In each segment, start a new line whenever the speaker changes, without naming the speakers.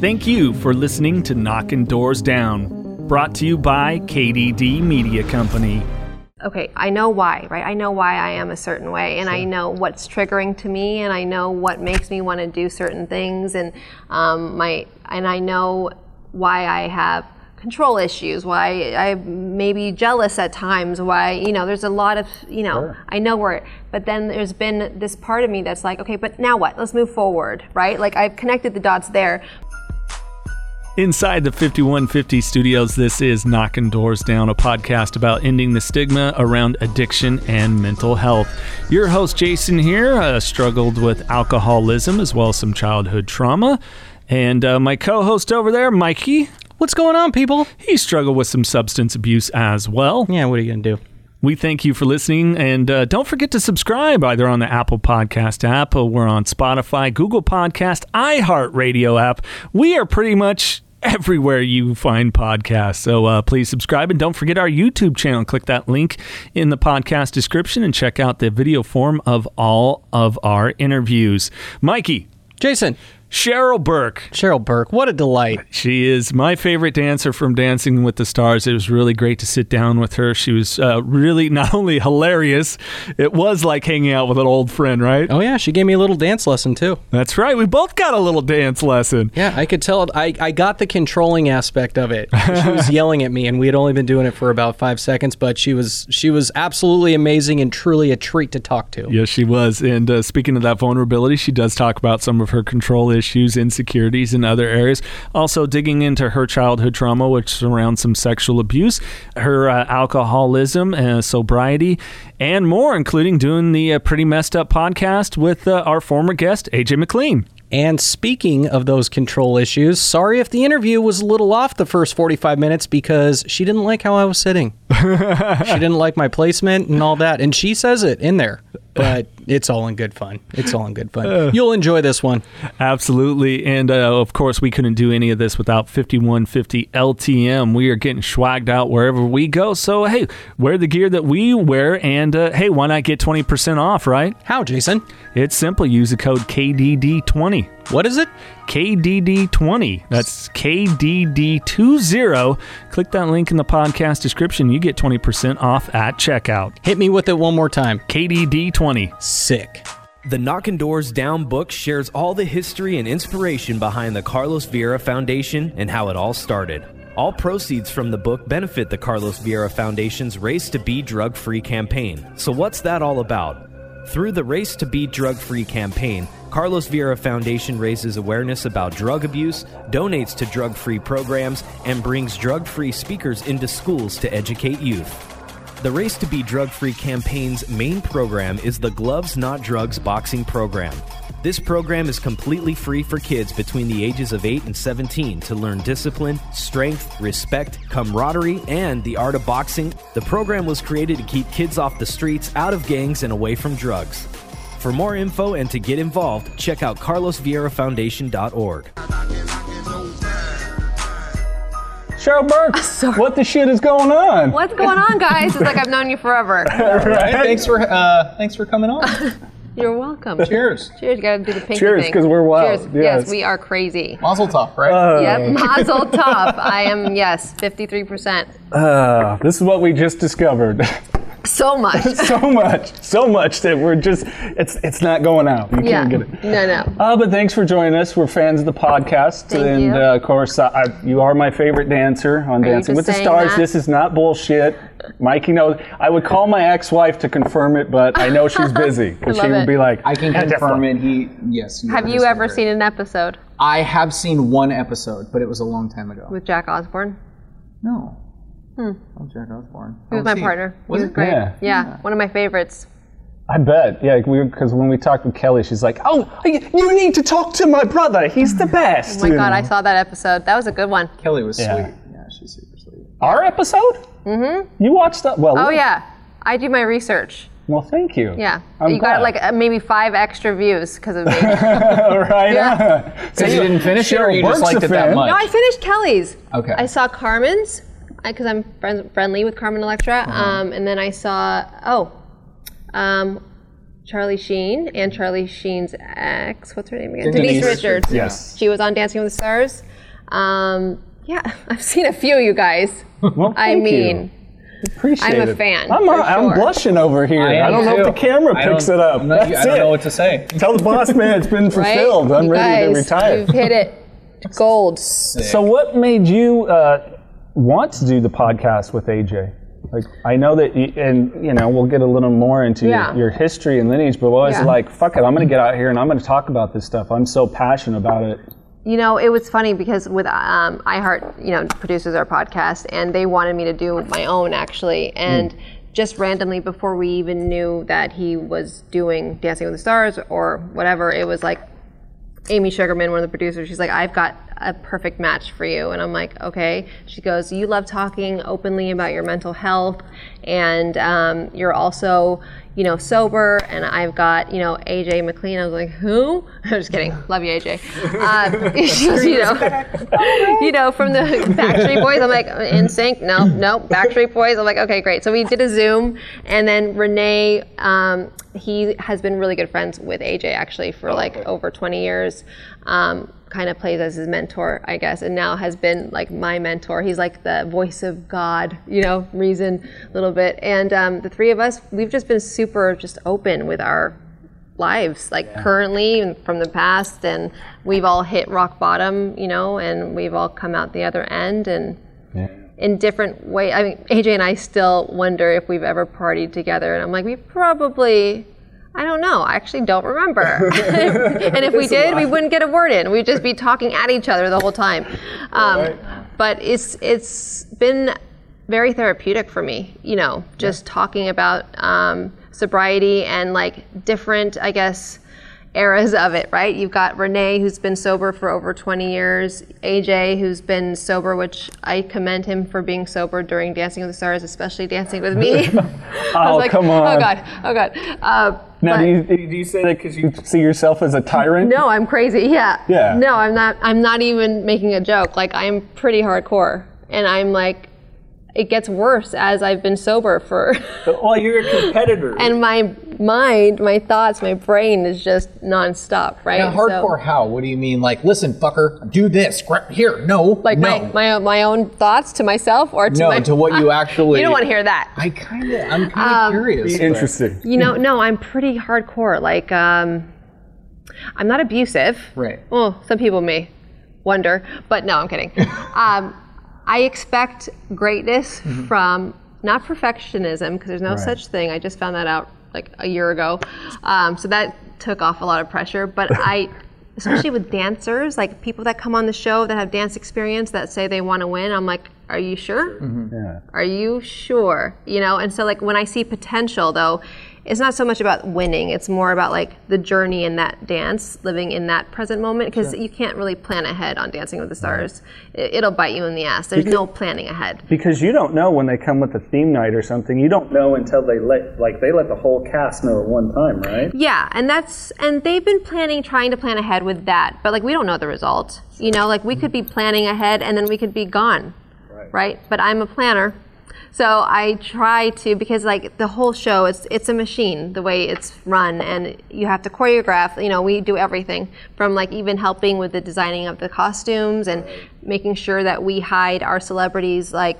Thank you for listening to Knocking Doors Down, brought to you by KDD Media Company.
okay, I know why, right? I know why I am a certain way, and I know what's triggering to me, and I know what makes me want to do certain things, and um, my and I know why I have control issues, why I may be jealous at times, why you know, there's a lot of you know, I know where. it- But then there's been this part of me that's like, okay, but now what? Let's move forward, right? Like I've connected the dots there,
Inside the 5150 studios, this is Knocking Doors Down, a podcast about ending the stigma around addiction and mental health. Your host, Jason, here, uh, struggled with alcoholism as well as some childhood trauma. And uh, my co host over there, Mikey,
What's going on, people?
he struggled with some substance abuse as well.
Yeah, what are you going to do?
We thank you for listening, and uh, don't forget to subscribe either on the Apple Podcast app, or we're on Spotify, Google Podcast, iHeartRadio app. We are pretty much everywhere you find podcasts, so uh, please subscribe and don't forget our YouTube channel. Click that link in the podcast description and check out the video form of all of our interviews. Mikey,
Jason,
Cheryl Burke,
Cheryl Burke, what a delight.
she is my favorite dancer from Dancing with the Stars. It was really great to sit down with her. She was uh, really not only hilarious, it was like hanging out with an old friend, right?
Oh, yeah, she gave me a little dance lesson, too.
That's right. We both got a little dance lesson.
Yeah, I could tell. I, I got the controlling aspect of it. She was yelling at me, and we had only been doing it for about five seconds, but she was she was absolutely amazing and truly a treat to talk to.
Yes, she was. And uh, speaking of that vulnerability, she does talk about some of her control issues, insecurities, and other areas. Also, digging into her childhood trauma, which surrounds some sexual abuse, her uh, alcoholism, uh, sobriety, and more, including doing the uh, Pretty Messed Up podcast with uh, our former guest, AJ McLean.
And speaking of those control issues, sorry if the interview was a little off the first 45 minutes because she didn't like how I was sitting. she didn't like my placement and all that. And she says it in there, but it's all in good fun. It's all in good fun. You'll enjoy this one.
Absolutely. And uh, of course, we couldn't do any of this without 5150 LTM. We are getting swagged out wherever we go. So, hey, wear the gear that we wear. And uh, hey, why not get 20% off, right?
How, Jason?
It's simple. Use the code KDD20.
What is it?
KDD20. That's KDD20. Click that link in the podcast description. You get 20% off at checkout.
Hit me with it one more time.
KDD20.
Sick.
The Knockin' Doors Down book shares all the history and inspiration behind the Carlos Vieira Foundation and how it all started. All proceeds from the book benefit the Carlos Vieira Foundation's Race to Be Drug Free campaign. So, what's that all about? Through the Race to Be Drug Free campaign, Carlos Vieira Foundation raises awareness about drug abuse, donates to drug free programs, and brings drug free speakers into schools to educate youth. The Race to Be Drug Free campaign's main program is the Gloves Not Drugs boxing program. This program is completely free for kids between the ages of 8 and 17 to learn discipline, strength, respect, camaraderie, and the art of boxing. The program was created to keep kids off the streets, out of gangs, and away from drugs. For more info and to get involved, check out carlosvierafoundation.org.
Cheryl Burke, what the shit is going on?
what's going on, guys? It's like I've known you forever.
Thanks for uh, thanks for coming on.
You're welcome.
Cheers.
Cheers, gotta do the pinky
Cheers,
thing.
'cause we're wild.
Cheers. Yes.
Yes. Oh.
we are crazy.
Mazel tov, right?
Yep, mazel tov. I am, yes, 53%.
Uh, this is what we just discovered.
So much.
so much, so much that we're just, it's it's not going out. You
yeah.
can't get it.
No, no.
Uh, but thanks for joining us. We're fans of the podcast.
Thank
and
you.
Uh, of course, I, you are my favorite dancer on
you just
Dancing with the
saying
Stars.
that?
This is not bullshit. Mikey knows. I would call my ex wife to confirm it, but I know she's busy because
I
she
love
would
it.
be like,
I can confirm it. He, yes.
Have you ever seen an episode
I have seen one episode, but it was a long time ago.
with Jack Osborne?
no. Hmm. Oh, Jack Osborne.
He was my partner.
Was
he was
it?
great.
Yeah.
one of my favorites.
I bet. Yeah, because when we talked with Kelly, she's like, oh, you you need to talk to my brother. He's the best.
Oh my
you
God,
know.
I saw that episode. That was a good one.
Kelly was
Yeah.
sweet. Yeah, she's super sweet.
Our episode? Mm-hmm. You watched that? Well,
Oh, yeah. I do my research.
Well, thank you.
Yeah.
I'm
you got
glad.
like uh, maybe five extra views because of me. no,
All right.
Yeah.
So you didn't finish it, or
Cheryl
you just
Burke's
liked
a
it that
fan.
much?
I finished Kelly's.
Okay.
I saw Carmen's because I'm
Uh-huh.
friend, friendly with Carmen Electra. Um, and then I saw, oh, um, Charlie Sheen and Charlie Sheen's ex. What's her name again? Denise,
Denise
Richards.
Yes.
She was on Dancing with the Stars. Um, yeah, I've seen a few, you guys.
Well,
I
thank you.
mean,
Appreciate
I'm a
it.
fan,
I'm, uh,
for
I'm
sure.
blushing over here. I, don't know if the camera picks it up.
i not,
That's
I don't
it.
know what to say.
Tell the boss man it's been
right?
fulfilled. I'm
You
ready to
guys,
retire.
You've hit it. Gold.
So, what made you uh, want to do the podcast with AJ? Like, I know that, you, and you know, we'll get a little more into
Yeah.
your, your history and lineage, but I was
Yeah.
like, fuck it, I'm going to get out here and I'm going to talk about this stuff. I'm so passionate about it.
You know, it was funny because with um, iHeart, you know, produces our podcast, and they wanted me to do my own actually, and just randomly before we even knew that he was doing Dancing with the Stars or whatever, it was like Amy Sugarman, one of the producers, she's like, I've got a perfect match for you. And I'm like, okay. She goes, You love talking openly about your mental health, and um, you're also, you know, sober. And I've got, you know, AJ McLean. I was like, Who? I'm just kidding. Love you, AJ. Uh, she goes, you know, you know, from the Backstreet Boys. I'm like, In sync? No, no. Backstreet Boys. I'm like, Okay, great. So we did a Zoom, and then Renee, um, he has been really good friends with AJ actually for like over 20 years. Um, kind of plays as his mentor, I guess, and now has been like my mentor. He's like the voice of God, you know, reason a little bit. And um, the three of us, we've just been super just open with our lives, like currently and from the past, and we've all hit rock bottom, you know, and we've all come out the other end and in different way. I mean, AJ and I still wonder if we've ever partied together, and I'm like, we probably. I don't know. I actually don't remember. and if we did, we wouldn't get a word in. We'd just be talking at each other the whole time. Um, But it's it's been very therapeutic for me. You know, just talking about um, sobriety and like different, I guess, eras of it, right? You've got Renee, who's been sober for over 20 years, AJ, who's been sober, which I commend him for being sober during Dancing with the Stars, especially dancing with me. I
Oh,
was like,
come on.
Oh, God. Oh, God. Uh,
Now,
but-
do you, do you say that because you see yourself as a tyrant?
no, I'm crazy. Yeah.
Yeah.
No, I'm not. I'm not even making a joke. Like I'm pretty hardcore, and I'm like, it gets worse as I've been sober for.
Well, you're a competitor.
and my mind, my thoughts, my brain is just nonstop, right?
Now,
So,
hardcore how? What do you mean? Like, listen, fucker, do this. Grab, here, no.
like
no.
my, my my own thoughts to myself or to
No,
my,
to what you actually-
You don't want to hear Um, that.
I kind of, I'm kind of curious.
Interesting.
You know, no, I'm pretty hardcore. Like, um, I'm not abusive.
Right.
Well, some people may wonder, but no, I'm kidding. um, I expect greatness from not perfectionism, because there's no such thing. I just found that out like a year ago. Um, so that took off a lot of pressure. But I, especially with dancers, like people that come on the show that have dance experience that say they want to win, I'm like, are you sure? Are you sure? You know, and so like when I see potential though, it's not so much about winning, it's more about like the journey in that dance, living in that present moment because you can't really plan ahead on Dancing with the Stars. It, it'll bite you in the ass. There's no planning ahead.
because you don't know when they come with a theme night or something. You don't know until they let like they let the whole cast know at one time, right?
Yeah, and that's and they've been planning trying to plan ahead with that, but like we don't know the result. You know, like we could be planning ahead and then we could be gone. Right. But I'm a planner. So I try to because like the whole show it's it's a machine the way it's run and you have to choreograph, you know, we do everything from like even helping with the designing of the costumes and making sure that we hide our celebrities like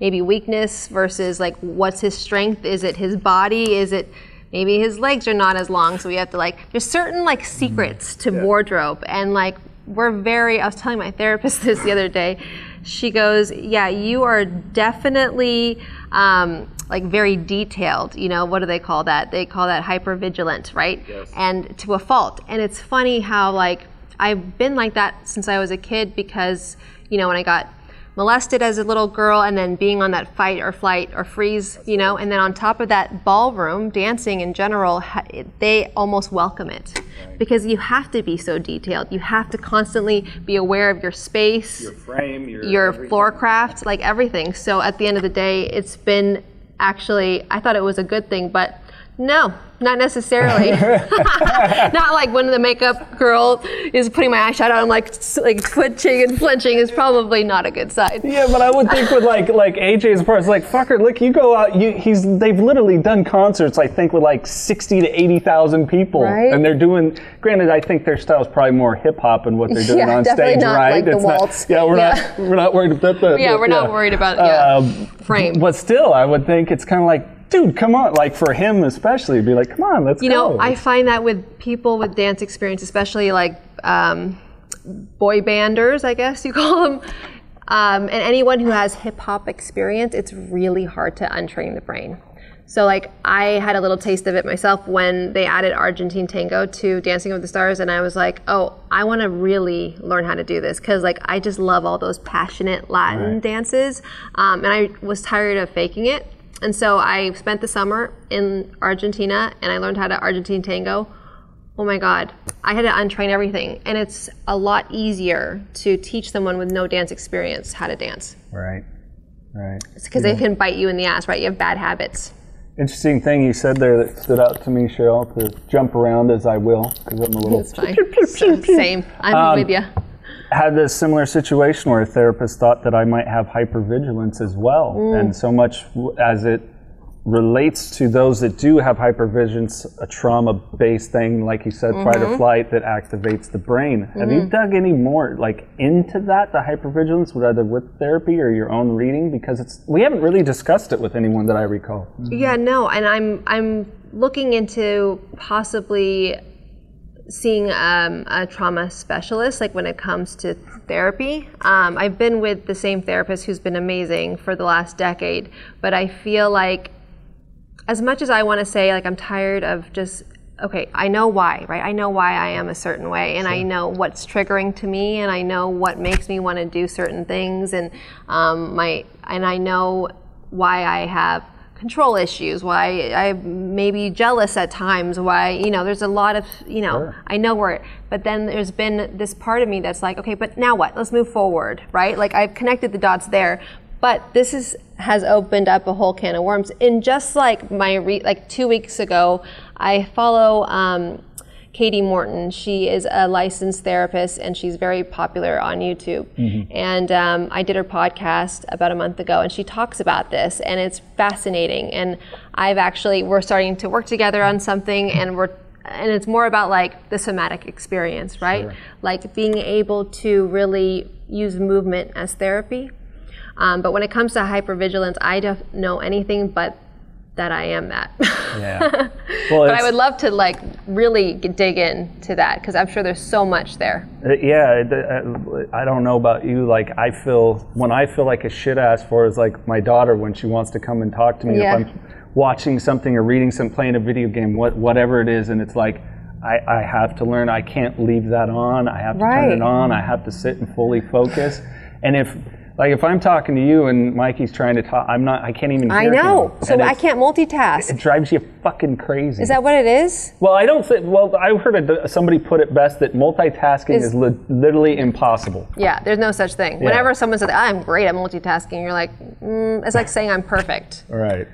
maybe weakness versus like what's his strength? Is it his body? Is it maybe his legs are not as long so we have to like there's certain like secrets to wardrobe and like we're very i was telling my therapist this the other day she goes yeah you are definitely um, like very detailed you know what do they call that they call that hyper vigilant right and to a fault and it's funny how like i've been like that since i was a kid because you know when i got molested as a little girl and then being on that fight or flight or freeze, you know, and then on top of that, ballroom dancing in general, ha- it- they almost welcome it because you have to be so detailed. You have to constantly be aware of your space, your frame, your, floor craft, like everything. So at the end of the day, it's been actually, I thought it was a good thing, but No, not necessarily. not like when the makeup girl is putting my eyeshadow, I'm like s- like twitching and flinching is probably not a good sign.
Yeah, but I would think with like like AJ's parts, like fucker, look, you go out, you he's they've literally done concerts, I think, with like sixty to eighty thousand people,
Right.
and they're doing. Granted, I think their style's probably more hip hop and what they're doing
Yeah,
on
definitely
stage,
not
right?
like the waltz.
yeah, we're
Yeah.
not we're not worried about that.
Yeah, we're not worried about it, yeah. Frame.
But still, I would think it's kind of like, dude, come on, like for him especially, be like, come on, let's
you
go.
know, I find that with people with dance experience, especially like um, boy banders, I guess you call them, um, and anyone who has hip hop experience, it's really hard to untrain the brain. So, like, I had a little taste of it myself when they added Argentine tango to Dancing with the Stars, and I was like, oh, I want to really learn how to do this because, like, I just love all those passionate Latin dances, um, and I was tired of faking it. And so I spent the summer in Argentina and I learned how to Argentine tango. Oh my God, I had to untrain everything. And it's a lot easier to teach someone with no dance experience how to dance
right, right.
because they can bite you in the ass, right? You have bad habits.
Interesting thing you said there that stood out to me, Cheryl. To jump around as I will, because I'm a little
It's fine. So, same. I'm with you.
had this similar situation where a therapist thought that I might have hypervigilance as well. And so much w- as it relates to those that do have hypervigilance, a trauma based thing, like you said, fight or flight, that activates the brain. Have you dug any more like into that, the hypervigilance, whether with therapy or your own reading? Because it's we haven't really discussed it with anyone that I recall.
Yeah, no, and I'm I'm looking into possibly seeing um, a trauma specialist, like when it comes to therapy. Um, I've been with the same therapist who's been amazing for the last decade, but I feel like as much as I want to say, like, I'm tired of just, okay, I know why, right? I know why I am a certain way, and I know what's triggering to me, and I know what makes me want to do certain things, and um, my, and I know why I have control issues, why I may be jealous at times, why, you know, there's a lot of, you know, I know where, but then there's been this part of me that's like, okay, but now what? Let's move forward, right? Like, I've connected the dots there, but this is has opened up a whole can of worms. In just like my re, like two weeks ago, I follow um, Katie Morton. She is a licensed therapist and she's very popular on YouTube. And um, I did her podcast about a month ago, and she talks about this, and it's fascinating. And I've actually we're starting to work together on something, and we're and it's more about like the somatic experience, right? Like being able to really use movement as therapy. Um, but when it comes to hypervigilance, I don't know anything but that I am that.
Yeah.
but I would love to like really g- dig into that because I'm sure there's so much there.
Uh, Yeah, it, uh, I don't know about you. Like, I feel when I feel like a shit ass for is like my daughter when she wants to come and talk to me.
Yeah.
If I'm watching something or reading some, playing a video game, what, whatever it is, and it's like, I, I have to learn. I can't leave that on. I have to turn
Right.
it on. I have to sit and fully focus. And if, like, if I'm talking to you and Mikey's trying to talk, I'm not. I can't even. Hear Him. And it's-
multitask.
It drives you fucking crazy.
what it is?
Well, I don't think. Well, I heard a, somebody put it best that multitasking
Is-
is, li- literally impossible.
Yeah, there's no such thing. Whenever someone says, I'm great at multitasking, you're like, mm, it's like saying I'm perfect.
Right.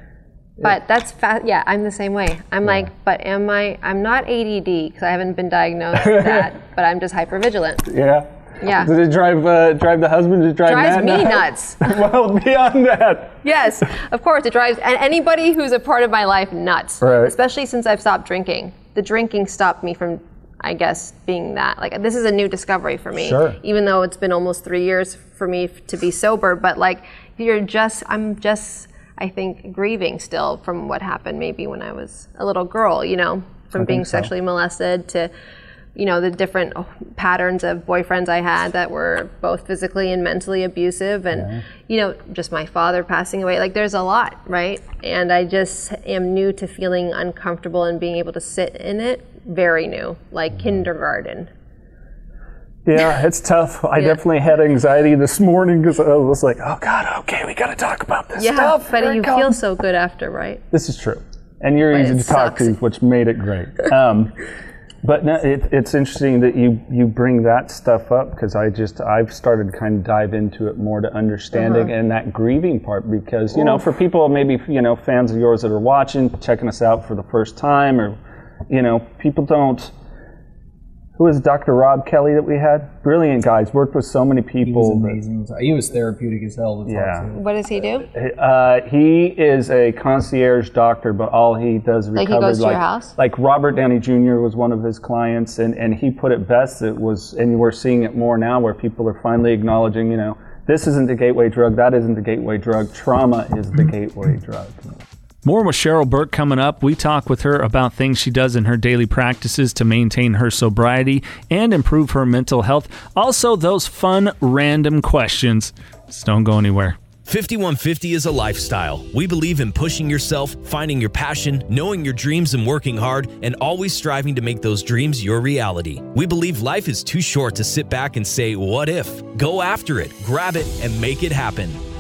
But that's fa- yeah, I'm the same way. I'm like, but am I? I'm not ADD because I haven't been diagnosed with that, but I'm just hypervigilant.
Yeah.
Yeah.
Did it drive uh, drive the husband? Did it drive
Drives
Matt
me nuts.
well, beyond that.
Yes, of course, it drives and anybody who's a part of my life nuts.
Right.
Especially since I've stopped drinking. The drinking stopped me from, I guess, being that. Like this is a new discovery for me.
Sure.
Even though it's been almost three years for me f- to be sober, but like you're just, I'm just, I think, grieving still from what happened maybe when I was a little girl. You know, from being sexually molested to. You know, the different patterns of boyfriends I had that were both physically and mentally abusive, and you know, just my father passing away. Like, there's a lot, right? And I just am new to feeling uncomfortable and being able to sit in it. Very new, like kindergarten.
Yeah, it's tough. I definitely had anxiety this morning because I was like, "Oh God, okay, we got to talk about this
Yeah,
stuff." Here
but
it
you
comes.
feel so good after, right?
This is true, and you're
But
easy
it
to talk to,
sucks.
which made it great. Um, But no, it, it's interesting that you you bring that stuff up because I just I've started to kind of dive into it more to understanding
Uh-huh.
and that grieving part because you know for people maybe you know fans of yours that are watching checking us out for the first time or you know people don't. Who is Dr. Rob Kelly that we had? Brilliant guys, worked with so many
He was
people. that-
amazing. He was therapeutic as hell.
Yeah.
What does he do?
Uh, he is a concierge doctor, but all he does is
Like
recover.
he goes to your house?
Like Robert Downey Jr. was one of his clients, and, and he put it best. It was, and we're seeing it more now, where people are finally acknowledging, you know, this isn't the gateway drug, that isn't the gateway drug. Trauma is the gateway drug.
More with Cheryl Burke coming up. We talk with her about things she does in her daily practices to maintain her sobriety and improve her mental health. Also, those fun random questions. Just don't go anywhere.
5150 is a lifestyle. We believe in pushing yourself, finding your passion, knowing your dreams and working hard, and always striving to make those dreams your reality. We believe life is too short to sit back and say, What if? Go after it, grab it, and make it happen.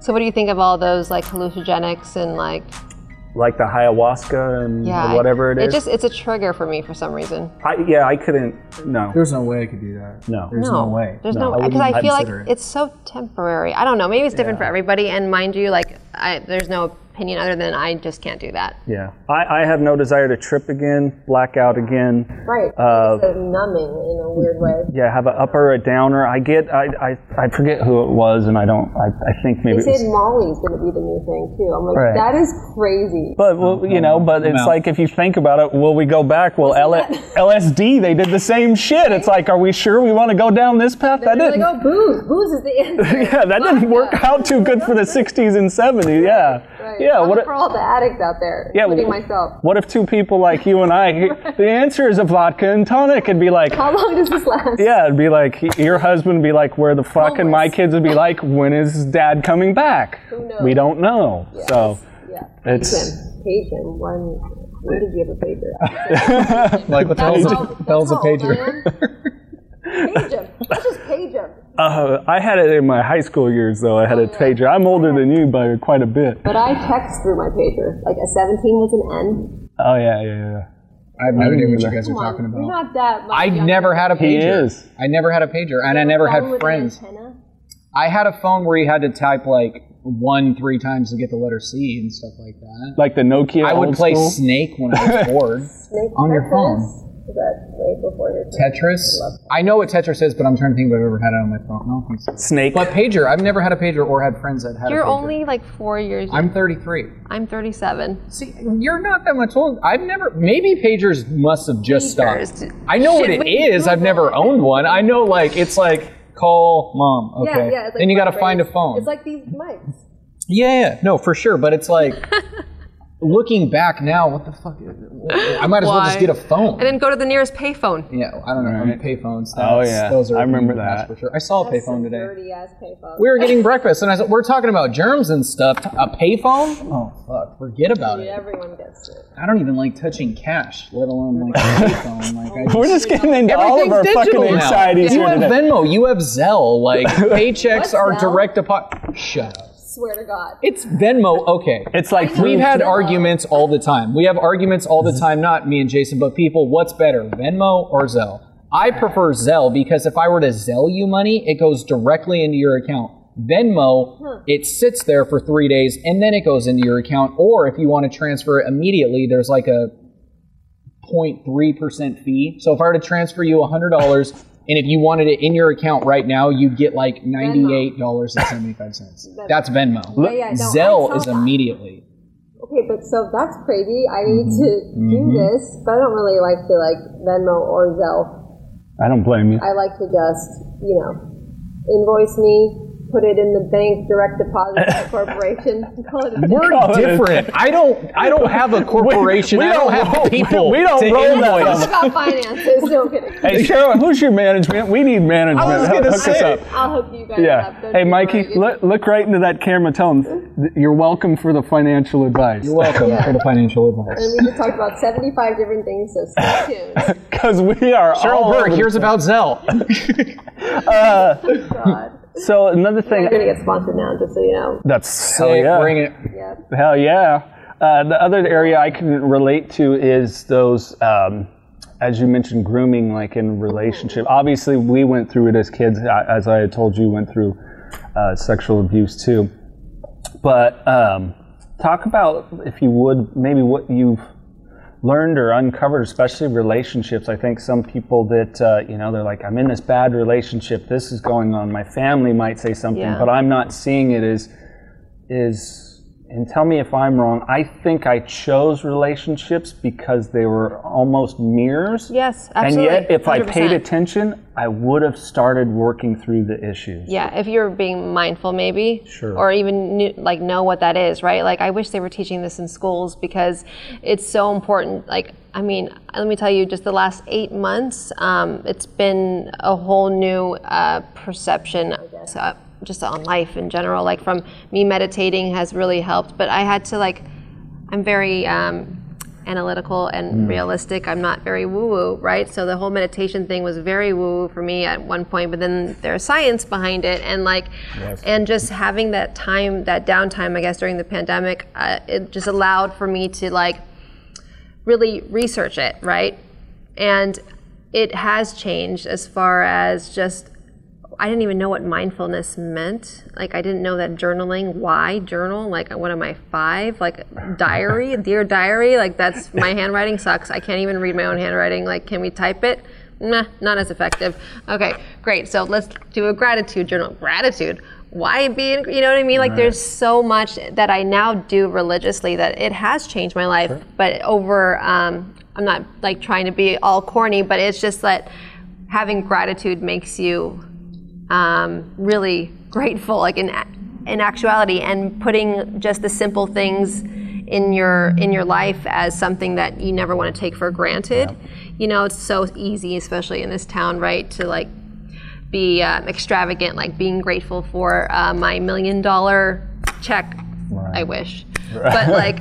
So what do you think of all those like hallucinogenics and like
Like the ayahuasca and
yeah I-
whatever it
It
is.
just it's a trigger for me for some reason.
I, yeah, I couldn't. No,
There's no way I could do that.
No.
There's no, way.
There's no
wouldn't
because I, feel like
consider it.
it's so temporary. I don't know. Maybe it's different for everybody. And mind you, like I, there's no opinion other than I just can't do that.
yeah, I, I have no desire to trip again, black out again.
Right.
Uh, It's
a numbing in a weird way.
Yeah, have an upper or a downer. I get, I, I, I forget who it was, and I don't, I, I think maybe it was.
Molly's going to be the new thing too. I'm like,
Right. "That
is crazy.
But well, you know, but it's
No.
like if you think about it, will we go back? Well, L- LSD, they did the same shit. It's like, are we sure we want to go down this path? That didn't,
oh, booze, booze is the answer.
yeah, that didn't work out too good for the '60s and '70s. Yeah, yeah. What? if-
all the addicts out there,
Yeah, wh- What if two people like you and I, the answer is a vodka and tonic, and be like,
How long does this last?
yeah, it'd be like your husband would be like, where the fuck, and my
Homeless.
kids would be like, when is dad coming back?
knows?
We don't know. So it's.
Page him. When, when did you have a pager?
like what the hell's a, hell's a pager?
page him. Let's just page him.
Uh, I had it in my high school years, though.
Oh,
I had a pager. I'm older than you by quite a bit.
But I text through my pager. Like a 17 was an N.
Oh yeah, yeah,
I have no idea what you guys are talking
You're
about.
not that much.
I never had a pager.
He is.
I never had a pager, and I never had friends. I had a phone where you had to type like one, three times to get the letter C and stuff like that.
Like the Nokia.
I would
old
play
school.
Snake when I was bored on your phone.
Is that way before your time?
Tetris. I know what Tetris is, but I'm trying to think if I've ever had it on my phone. No, I don't think so.
Snake.
But pager. I've never had a pager or had friends that had. a
You're
pager.
only like four years. I'm,
I'm 33.
37.
See, you're not that much older. I've never. Maybe pagers must have just
Pagers.
stopped. I know what
Should
it
we
is. I've
Google
never
it?
owned one. I know, like, it's like call mom. Okay. then you got to find a phone.
It's like these mics.
yeah, yeah, no, for sure. But it's like looking back now, what the fuck? Is it? I might as well
Why?
just get a phone.
And then go to the nearest payphone.
yeah, I don't know. I mean, payphones.
Oh,
that's-
yeah.
those are
I remember
that's
that.
for sure. I saw a payphone today.
ass payphone.
We were getting breakfast, and I said, "We're talking about germs and stuff. A payphone? Oh fuck, forget about it."
Everyone gets it.
I don't even like touching cash, let alone like a payphone. Like I
We're just
just,
getting into all of our fucking anxieties
You
here
have
today.
Venmo, you have Zelle. Like paychecks
What's
are
Zelle?
direct deposit. Shut up.
Swear to God.
It's Venmo. Okay.
it's like
We've had
Zelle.
arguments all the time. We have arguments all
Mm-hmm.
the time. Not me and Jason, but people. What's better, Venmo or Zelle? I prefer Zelle because if I were to Zelle you money, it goes directly into your account. Venmo,
Hmm.
it sits there for three days and then it goes into your account. Or if you want to transfer it immediately, there's like a 0.3% fee. So if I were to transfer you $100 and if you wanted it in your account right now, you'd get like $98.75. That's Venmo.
yeah, no, I saw
Zelle is
that.
immediately.
Okay, but so that's crazy. I need
Mm-hmm.
to do this, but I don't really like to like Venmo or Zelle.
I don't blame you.
I like to just, you know, invoice me, put it in the bank, direct deposit to the corporation. Call it a day.
We're different. I don't. I don't have a corporation.
we
I don't,
don't
have
roll-
people.
we don't
to
roll that
invoice.
It's about finances. No I'm kidding.
Hey, Cheryl, who's your management? We need management.
was
Hook-
gonna
Hook us
say.
up.
I'll hook you guys up.
Yeah.
Don't
Hey,
you
Mikey,
worry.
look, look right into that camera. Tell him you're welcome for the financial advice.
You're welcome for the financial advice.
And we just talked about 75 different things, so stay tuned.
Because we are
Cheryl
all
Burke,
over-
here's about Zell.
God.
So another
We're
thing
going to get sponsored now, just so you know.
that's hell
Hey,
yeah.
Bring it.
Yeah.
Hell yeah. Uh, the other area I can relate to is those, um, as you mentioned, grooming, like in relationship. Obviously, we went through it as kids. I- As I had told you, went through uh, sexual abuse too. But um, talk about, if you would, maybe what you've learned or uncovered, especially relationships. I think some people that, uh, you know, they're like, I'm in this bad relationship. This is going on. My family might say something,
Yeah.
but I'm not seeing it as is and tell me if I'm wrong. I think I chose relationships because they were almost mirrors.
Yes,
And yet,
absolutely.
if I paid
100%.
attention, I would have started working through the issues.
Yeah, if you're being mindful, maybe, sure. or even knew, like know what that is, right? Like, I wish they were teaching this in schools because it's so important. Like, I mean, let me tell you, just the last eight months, um, it's been a whole new uh, perception, I guess, uh, just on life in general. Like, from me meditating has really helped, but I had to like, I'm very um, analytical and realistic. I'm not very woo woo, right? So the whole meditation thing was very woo woo for me at one point, but then there's science behind it. And like, and just having that time, that downtime, I guess, during the pandemic, uh, it just allowed for me to like really research it, right? And it has changed as far as just I didn't even know what mindfulness meant. Like I didn't know that journaling. Why journal? Like what am I five? Like diary, dear diary. Like that's my handwriting sucks. I can't even read my own handwriting. Like can we type it? Nah, not as effective. Okay, great. So let's do a gratitude journal. Gratitude. Why be? in- You know what I mean? Like there's so much that I now do religiously that it has changed my life. But over, um, I'm not like trying to be all corny, but it's just that having gratitude makes you um, really grateful, like in in actuality, and putting just the simple things in your in your life as something that you never want to take for granted. You know, it's so easy, especially in this town, right, to like be um, extravagant, like being grateful for uh, my million dollar check. I wish, but like.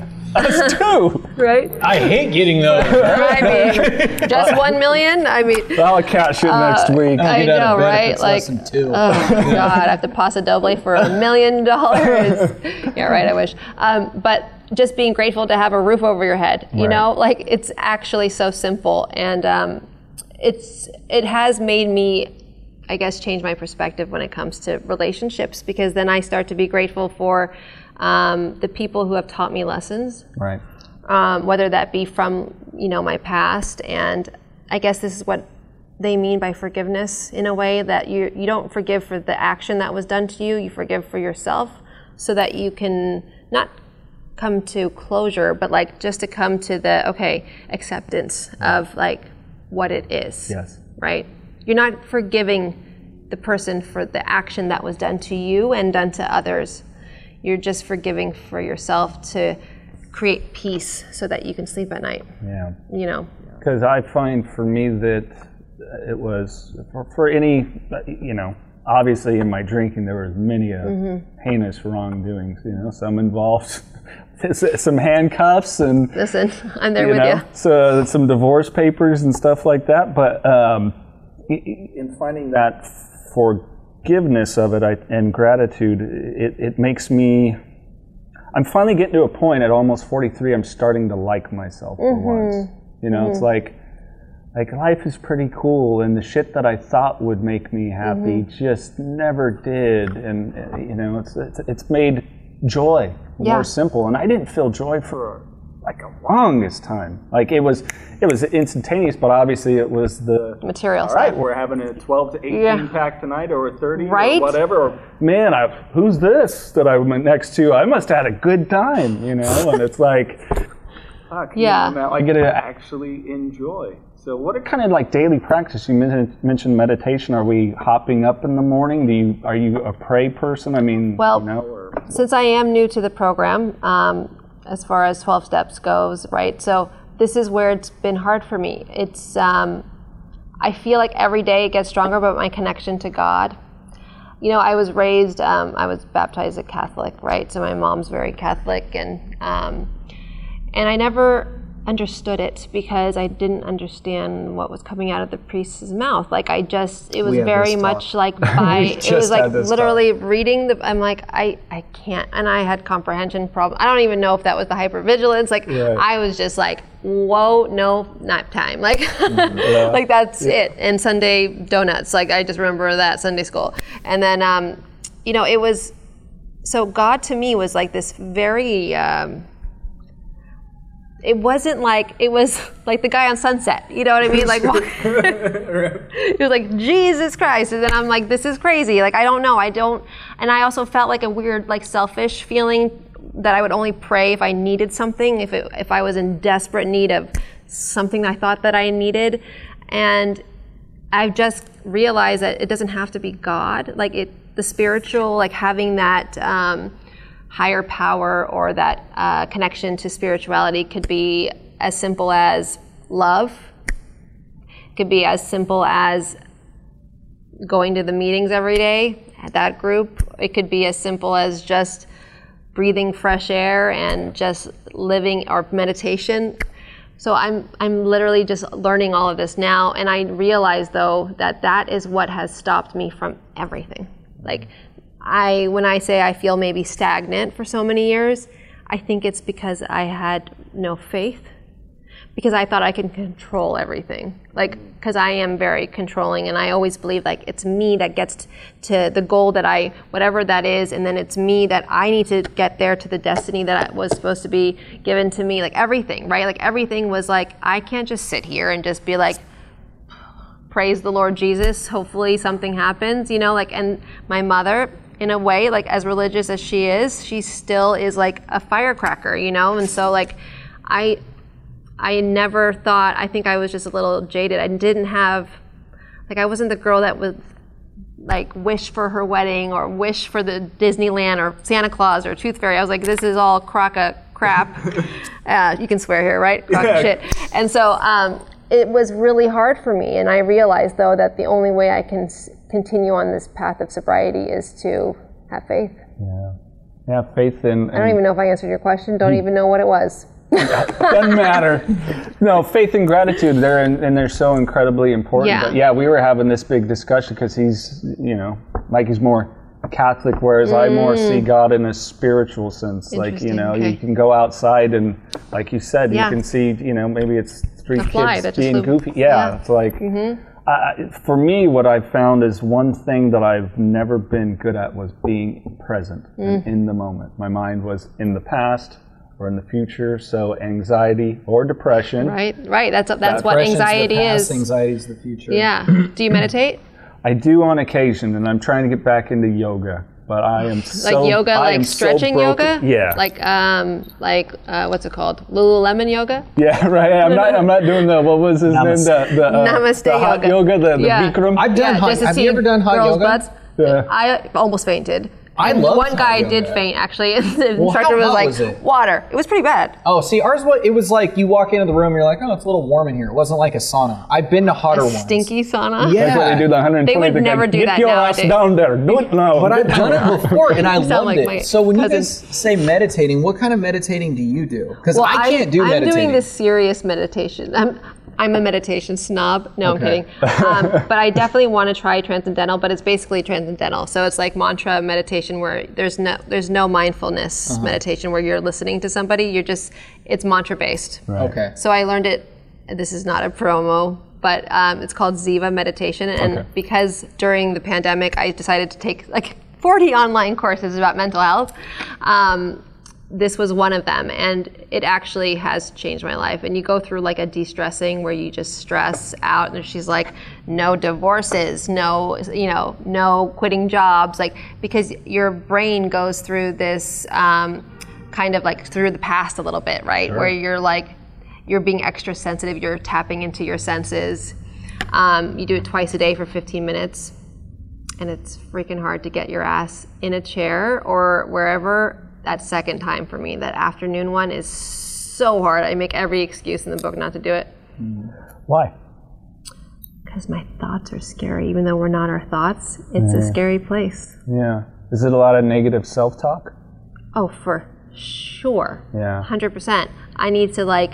Two.
Right?
I hate getting those.
I mean, just one million? I mean, uh,
I'll cash it next week.
I
Get
know,
out of bed if
right?
it's
like,
less than two.
oh god, I have to pass a doble for a million dollars. Yeah, right. I wish. Um, but just being grateful to have a roof over your head. You know, like it's actually so simple, and um, it's it has made me. I guess change my perspective when it comes to relationships because then I start to be grateful for um, the people who have taught me lessons
right.
um, whether that be from you know my past and i guess this is what they mean by forgiveness in a way that you you don't forgive for the action that was done to you you forgive for yourself so that you can not come to closure but like just to come to the okay acceptance of like what it is
Yes.
right you're not forgiving the person for the action that was done to you and done to others you're just forgiving for yourself to create peace so that you can sleep at night
Yeah.
you know
because I find for me that it was for, for any you know obviously in my drinking there was many a
Mm-hmm.
heinous wrongdoings you know some involved some handcuffs and
listen i'm there with
know,
you
So some divorce papers and stuff like that. But um, i- i- in finding that forgiveness of it I, and gratitude, it, it makes me. I'm finally getting to a point at almost 43. I'm starting to like myself for
Mm-hmm.
once. You know, it's like. Like life is pretty cool, and the shit that I thought would make me happy
Mm-hmm.
just never did, and uh, you know, it's it's, it's made joy
Yeah.
more simple. And I didn't feel joy for like the longest time. Like it was, it was instantaneous, but obviously it was the
material
All right,
stuff
we're having a 12 to 18
Yeah.
pack tonight, or a 30,
Right?
or whatever. Or, man, I, who's this that I went next to? I must have had a good time, Ah, you know. and it's like, fuck, you
Yeah.
know, now I get to actually enjoy. So, what are kind of like daily practice? You men- mentioned meditation. Are we hopping up in the morning? Do you are you a pray person? I mean,
Well-
you know, or-
since I am new to the program, um, as far as 12 steps goes, right? So this is where it's been hard for me. It's um, I feel like every day it gets stronger, but my connection to God. You know, I was raised, um, I was baptized a Catholic, right? So my mom's very Catholic, and um, and I never understood it because I didn't understand what was coming out of the priest's mouth. Like I just, it was
had
very
this
much like by, it was
just
like
had this
literally reading the. I'm like, I, I can't, and I had comprehension problem. I don't even know if that was the hypervigilance. Like I was just like, whoa, no, not time. Like,
Mm,
like that's it. And Sunday donuts. Like I just remember that Sunday school, and then, um, you know, it was. So God to me was like this very. Um, it wasn't like it was like the guy on Sunset. You know what I mean? Like walk- it was like Jesus Christ, and then I'm like, this is crazy. Like I don't know. I don't, and I also felt like a weird, like selfish feeling that I would only pray if I needed something, if it, if I was in desperate need of something I thought that I needed, and I've just realized that it doesn't have to be God. Like it, the spiritual, like having that um, higher power or that uh, connection to spirituality could be as simple as love. Could be as simple as going to the meetings every day at that group. It could be as simple as just breathing fresh air and just living or meditation. So I'm I'm literally just learning all of this now, and I realize though that that is what has stopped me from everything. Like I when I say I feel maybe stagnant for so many years, I think it's because I had no faith because I thought I could control everything. Like, because I am very controlling, and I always believe like it's me that gets to the goal that I, whatever that is, and then it's me that I need to get there to the destiny that I- was supposed to be given to me. Like everything, right? Like everything was like I can't just sit here and just be like, praise the Lord Jesus. Hopefully something happens, you know, like and my mother in a way like as religious as she is, she still is like a firecracker, you know? And so like I I never thought I think I was just a little jaded. I didn't have like I wasn't the girl that would like wish for her wedding or wish for the Disneyland or Santa Claus or Tooth Fairy. I was like this is all crock of crap. uh, you can swear here, right? Crock of shit. And so um, it was really hard for me. And I realized, though, that the only way I can s- continue on this path of sobriety is to have faith.
yeah, faith in.
I don't even know if I answered your question. Don't even know what it was.
doesn't matter. No, faith and gratitude, they're in, and they're so incredibly important.
Yeah.
But yeah, we were having this big discussion because he's, you know, Mikey's more Catholic, whereas I more see God in a spiritual sense. Like,
Mm.
you
Interesting,
know,
okay.
you can go outside and, like you said,
Yeah.
you can see, you know, maybe it's three
A fly that
kids
just
being
flew.
goofy. Yeah,
Yeah.
it's like. I, I- for me, what I've found is one thing that I've never been good at was being present
Mm.
and in the moment. My mind was in the past or in the future, so anxiety or depression.
Right? Right. That's, that's what
Depression's the
anxiety
past,
is.
Anxiety's the future.
Yeah. Do you meditate?
I do on occasion, and I'm trying to get back into yoga, but I am
Like
so
yoga,
I am
like
so
stretching yoga?
broken. Yeah,
Like, um, like uh, what's it called? Lululemon yoga?
yeah, right. I'm not I'm not doing the what was his name the the, uh,
Namaste
the hot
yoga.
yoga, the, the
Yeah.
Bikram.
I've done hot-
just to
have
see
you ever done hot
girls'
yoga?
Butts.
Yeah.
I almost fainted.
I love
One
hot
guy
yoga.
did faint actually. and the instructor
how
was
hot
like,
was it?
"Water." It was pretty bad.
Oh, see, ours was it was like you walk into the room, you're like, oh, it's a little warm in here. It wasn't like a sauna. I've been to hotter ones.
Stinky sauna.
Yeah.
That's what they do the 120
They would
degree.
never do
Get
that
your ass
nowadays.
down there. Do it now.
But I've done it before, and I
You
loved
sound like my
it. So when you
cousin.
guys say meditating, what kind of meditating do you do? Because I can't do
I'm
meditating.
doing this serious meditation. I'm, I'm a meditation snob. No,
Okay.
I'm kidding. Um, but I definitely want to try transcendental. But it's basically transcendental. So it's like mantra meditation, where there's no there's no mindfulness
Uh-huh.
meditation where you're listening to somebody. You're just it's mantra based.
Okay.
So I learned it. This is not a promo, but um, it's called Ziva Meditation. And because during the pandemic, I decided to take like 40 online courses about mental health. Um, this was one of them, and it actually has changed my life. And you go through like a de-stressing where you just stress out, and she's like, "No divorces, no, you know, no quitting jobs," like because your brain goes through this um, kind of like through the past a little bit, right? Where you're like, you're being extra sensitive. You're tapping into your senses. Um, you do it twice a day for 15 minutes, and it's freaking hard to get your ass in a chair or wherever. That second time for me, that afternoon one is so hard. I make every excuse in the book not to do it
Why?
because my thoughts are scary. Even though we're not our thoughts, it's a scary place.
Yeah. Is it a lot of negative self talk?
Oh, for sure.
Yeah.
Hundred percent. I need to like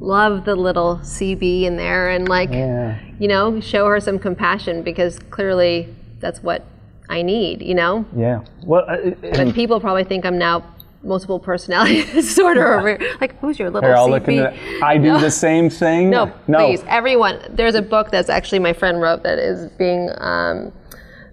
love the little CB in there and like
Yeah.
you know show her some compassion because clearly that's what I need. You know,
Yeah. Well,
uh,
I- I-
but people probably think I'm now multiple personality disorder over here. like who's your little
here, I'll
CB?
look into that. I do
No.
the same thing.
No, please, everyone. There's a book that's actually my friend wrote that is being um,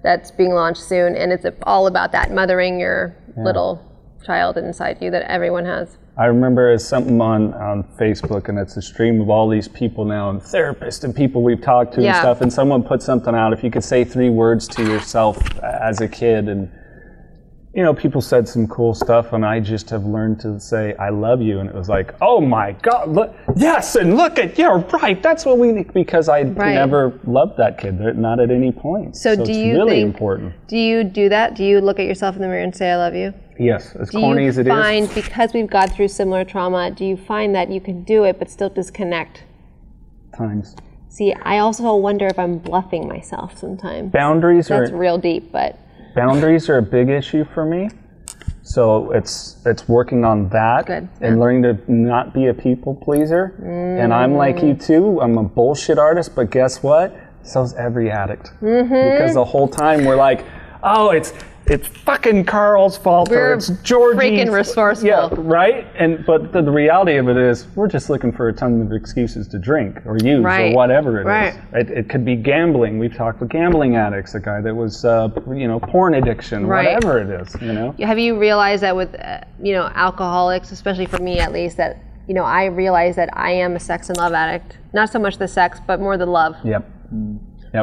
that's being launched soon, and it's all about that mothering your little child inside you that everyone has.
I remember it's something on, on Facebook, and it's a stream of all these people now, and therapists and people we've talked to and
Yeah.
stuff. And someone put something out. If you could say three words to yourself as a kid, and you know, people said some cool stuff, and I just have learned to say "I love you," and it was like, "Oh my God, look, yes!" And look at you're right. That's what we need because I
Right.
never loved that kid, They're not at any point.
So do
it's
you
really
think-
important?
Do you do that? Do you look at yourself in the mirror and say, "I love you"?
Yes, as
Do
corny
you
as it is.
find because we've gone through similar trauma? Do you find that you can do it but still disconnect?
times
See, I also wonder if I'm bluffing myself sometimes.
boundaries are
That's real deep, but
boundaries are a big issue for me. So it's it's working on that
Good,
and learning to not be a people pleaser. And
Mm.
I'm like you too. I'm a bullshit artist, but guess what? So's every addict.
Mm-hmm.
Because the whole time we're like, oh, it's it's fucking Carl's fault or
We're
it's Georgie's.
freaking resourceful.
Yeah, right. And but the, the reality of it is, we're just looking for a ton of excuses to drink or use
Right.
or whatever it is.
Right.
It, it could be gambling. We've talked with gambling addicts, a guy that was, uh, you know, porn addiction,
Right.
whatever it is, you know?
have you realized that with uh, you know alcoholics especially for me at least that you know i realize that i am a sex and love addict not so much the sex but more the love
Yep.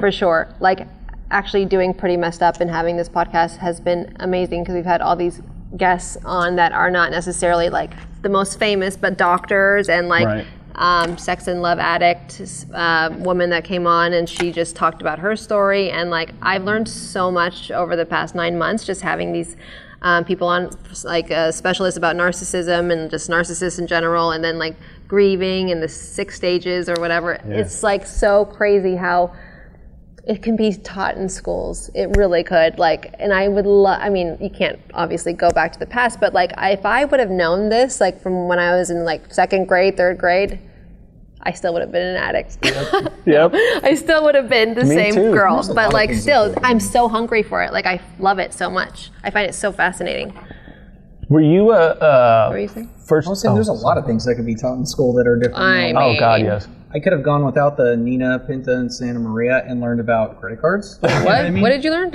for sure like actually doing pretty messed up and having this podcast has been amazing because we've had all these guests on that are not necessarily like the most famous but doctors and like
Right.
um, sex and love addict uh, woman that came on and she just talked about her story and like i've learned so much over the past nine months just having these um, people on like a specialist about narcissism and just narcissists in general and then like grieving and the six stages or whatever it's like so crazy how it can be taught in schools. It really could. Like, and I would love. I mean, you can't obviously go back to the past, but like, I, if I would have known this, like from when I was in like second grade, third grade, I still would have been an addict.
Yep.
I still would have been the same
too.
girl. But like, still, I'm so hungry for it. Like, I love it so much. I find it so fascinating. What
Were you a,
were
uh,
you saying?
first?
I was saying there's a lot of things that could be taught in school that are different.
I
Oh,
mean,
God, yes.
I could have gone without the Nina, Pinta, and Santa Maria and learned about credit cards.
What? What did you learn?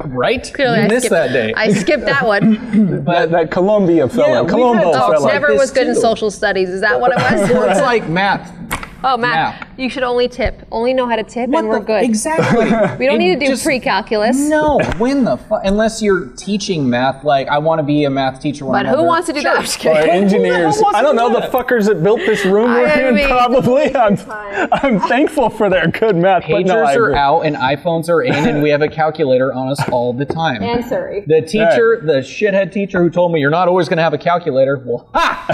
right?
Clearly,
you
I
missed
skipped
that day.
I skipped that one.
That, that Colombia
Yeah,
fellow,
we
Colombo
had
Oh,
talks
fellow.
like
never
this
was good in
too.
social studies. Is that what it was?
Well, it's like math.
Oh, Matt,
Now.
you should only tip. Only know how to tip,
What
and we're
the-
good.
Exactly.
We don't
It
need to do
just-
pre-calculus.
No, when the fuck? Unless you're teaching math, like I want to be a math teacher. When
But
I'm
who
older.
wants to do that? I'm just
Or
kidding.
engineers.
wants
I don't
to
know
do
the
that?
fuckers that built this room we're
I
in.
mean,
probably, I'm,
fine.
I'm thankful for their good math. but
Pagers
no, I
are
agree.
out and iPhones are in, and we have a calculator on us all the time.
And Surrey.
The teacher, the shithead teacher who told me you're not always going to have a calculator. Well, ha!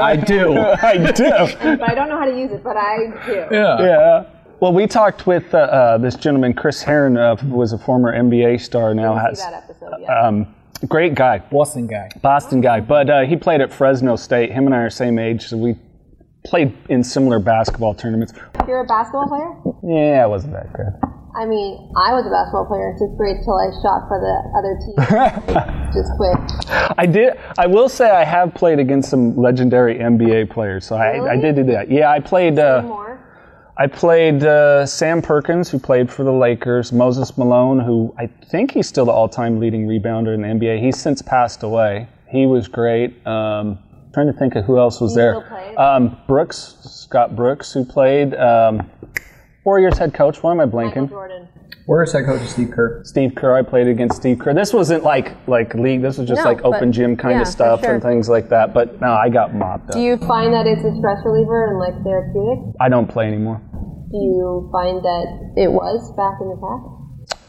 I do.
I do.
But I don't know how to use it, but I do.
Yeah. Well, we talked with uh, uh, this gentleman, Chris Heron, uh, who was a former NBA star, now has
episode,
um, great guy,
Boston guy.
Boston guy, but uh, he played at Fresno State. Him and I are same age, so we played in similar basketball tournaments.
You're a basketball player?
Yeah, it wasn't that good.
I mean, I was a basketball player in sixth grade till I shot for the other team. Just quit.
I did. I will say I have played against some legendary NBA players, so I, I did do that. Yeah, I played. Uh,
More.
I played uh, Sam Perkins, who played for the Lakers, Moses Malone, who I think he's still the all-time leading rebounder in the NBA. He's since passed away. He was great. Um, trying to think of who else was there.
still plays?
Um, Brooks, Scott Brooks, who played um, Warriors head coach. Why am I blanking?
Jordan.
Where's head coach Steve Kerr?
Steve Kerr. I played against Steve Kerr. This wasn't like like league. This was just
No,
like open
but-
gym kind
yeah,
of
for
stuff
sure.
and things like that. But no, I got mopped up.
Do you find that it's a stress reliever and like therapeutic?
I don't play anymore.
Do you find that it was back in the past?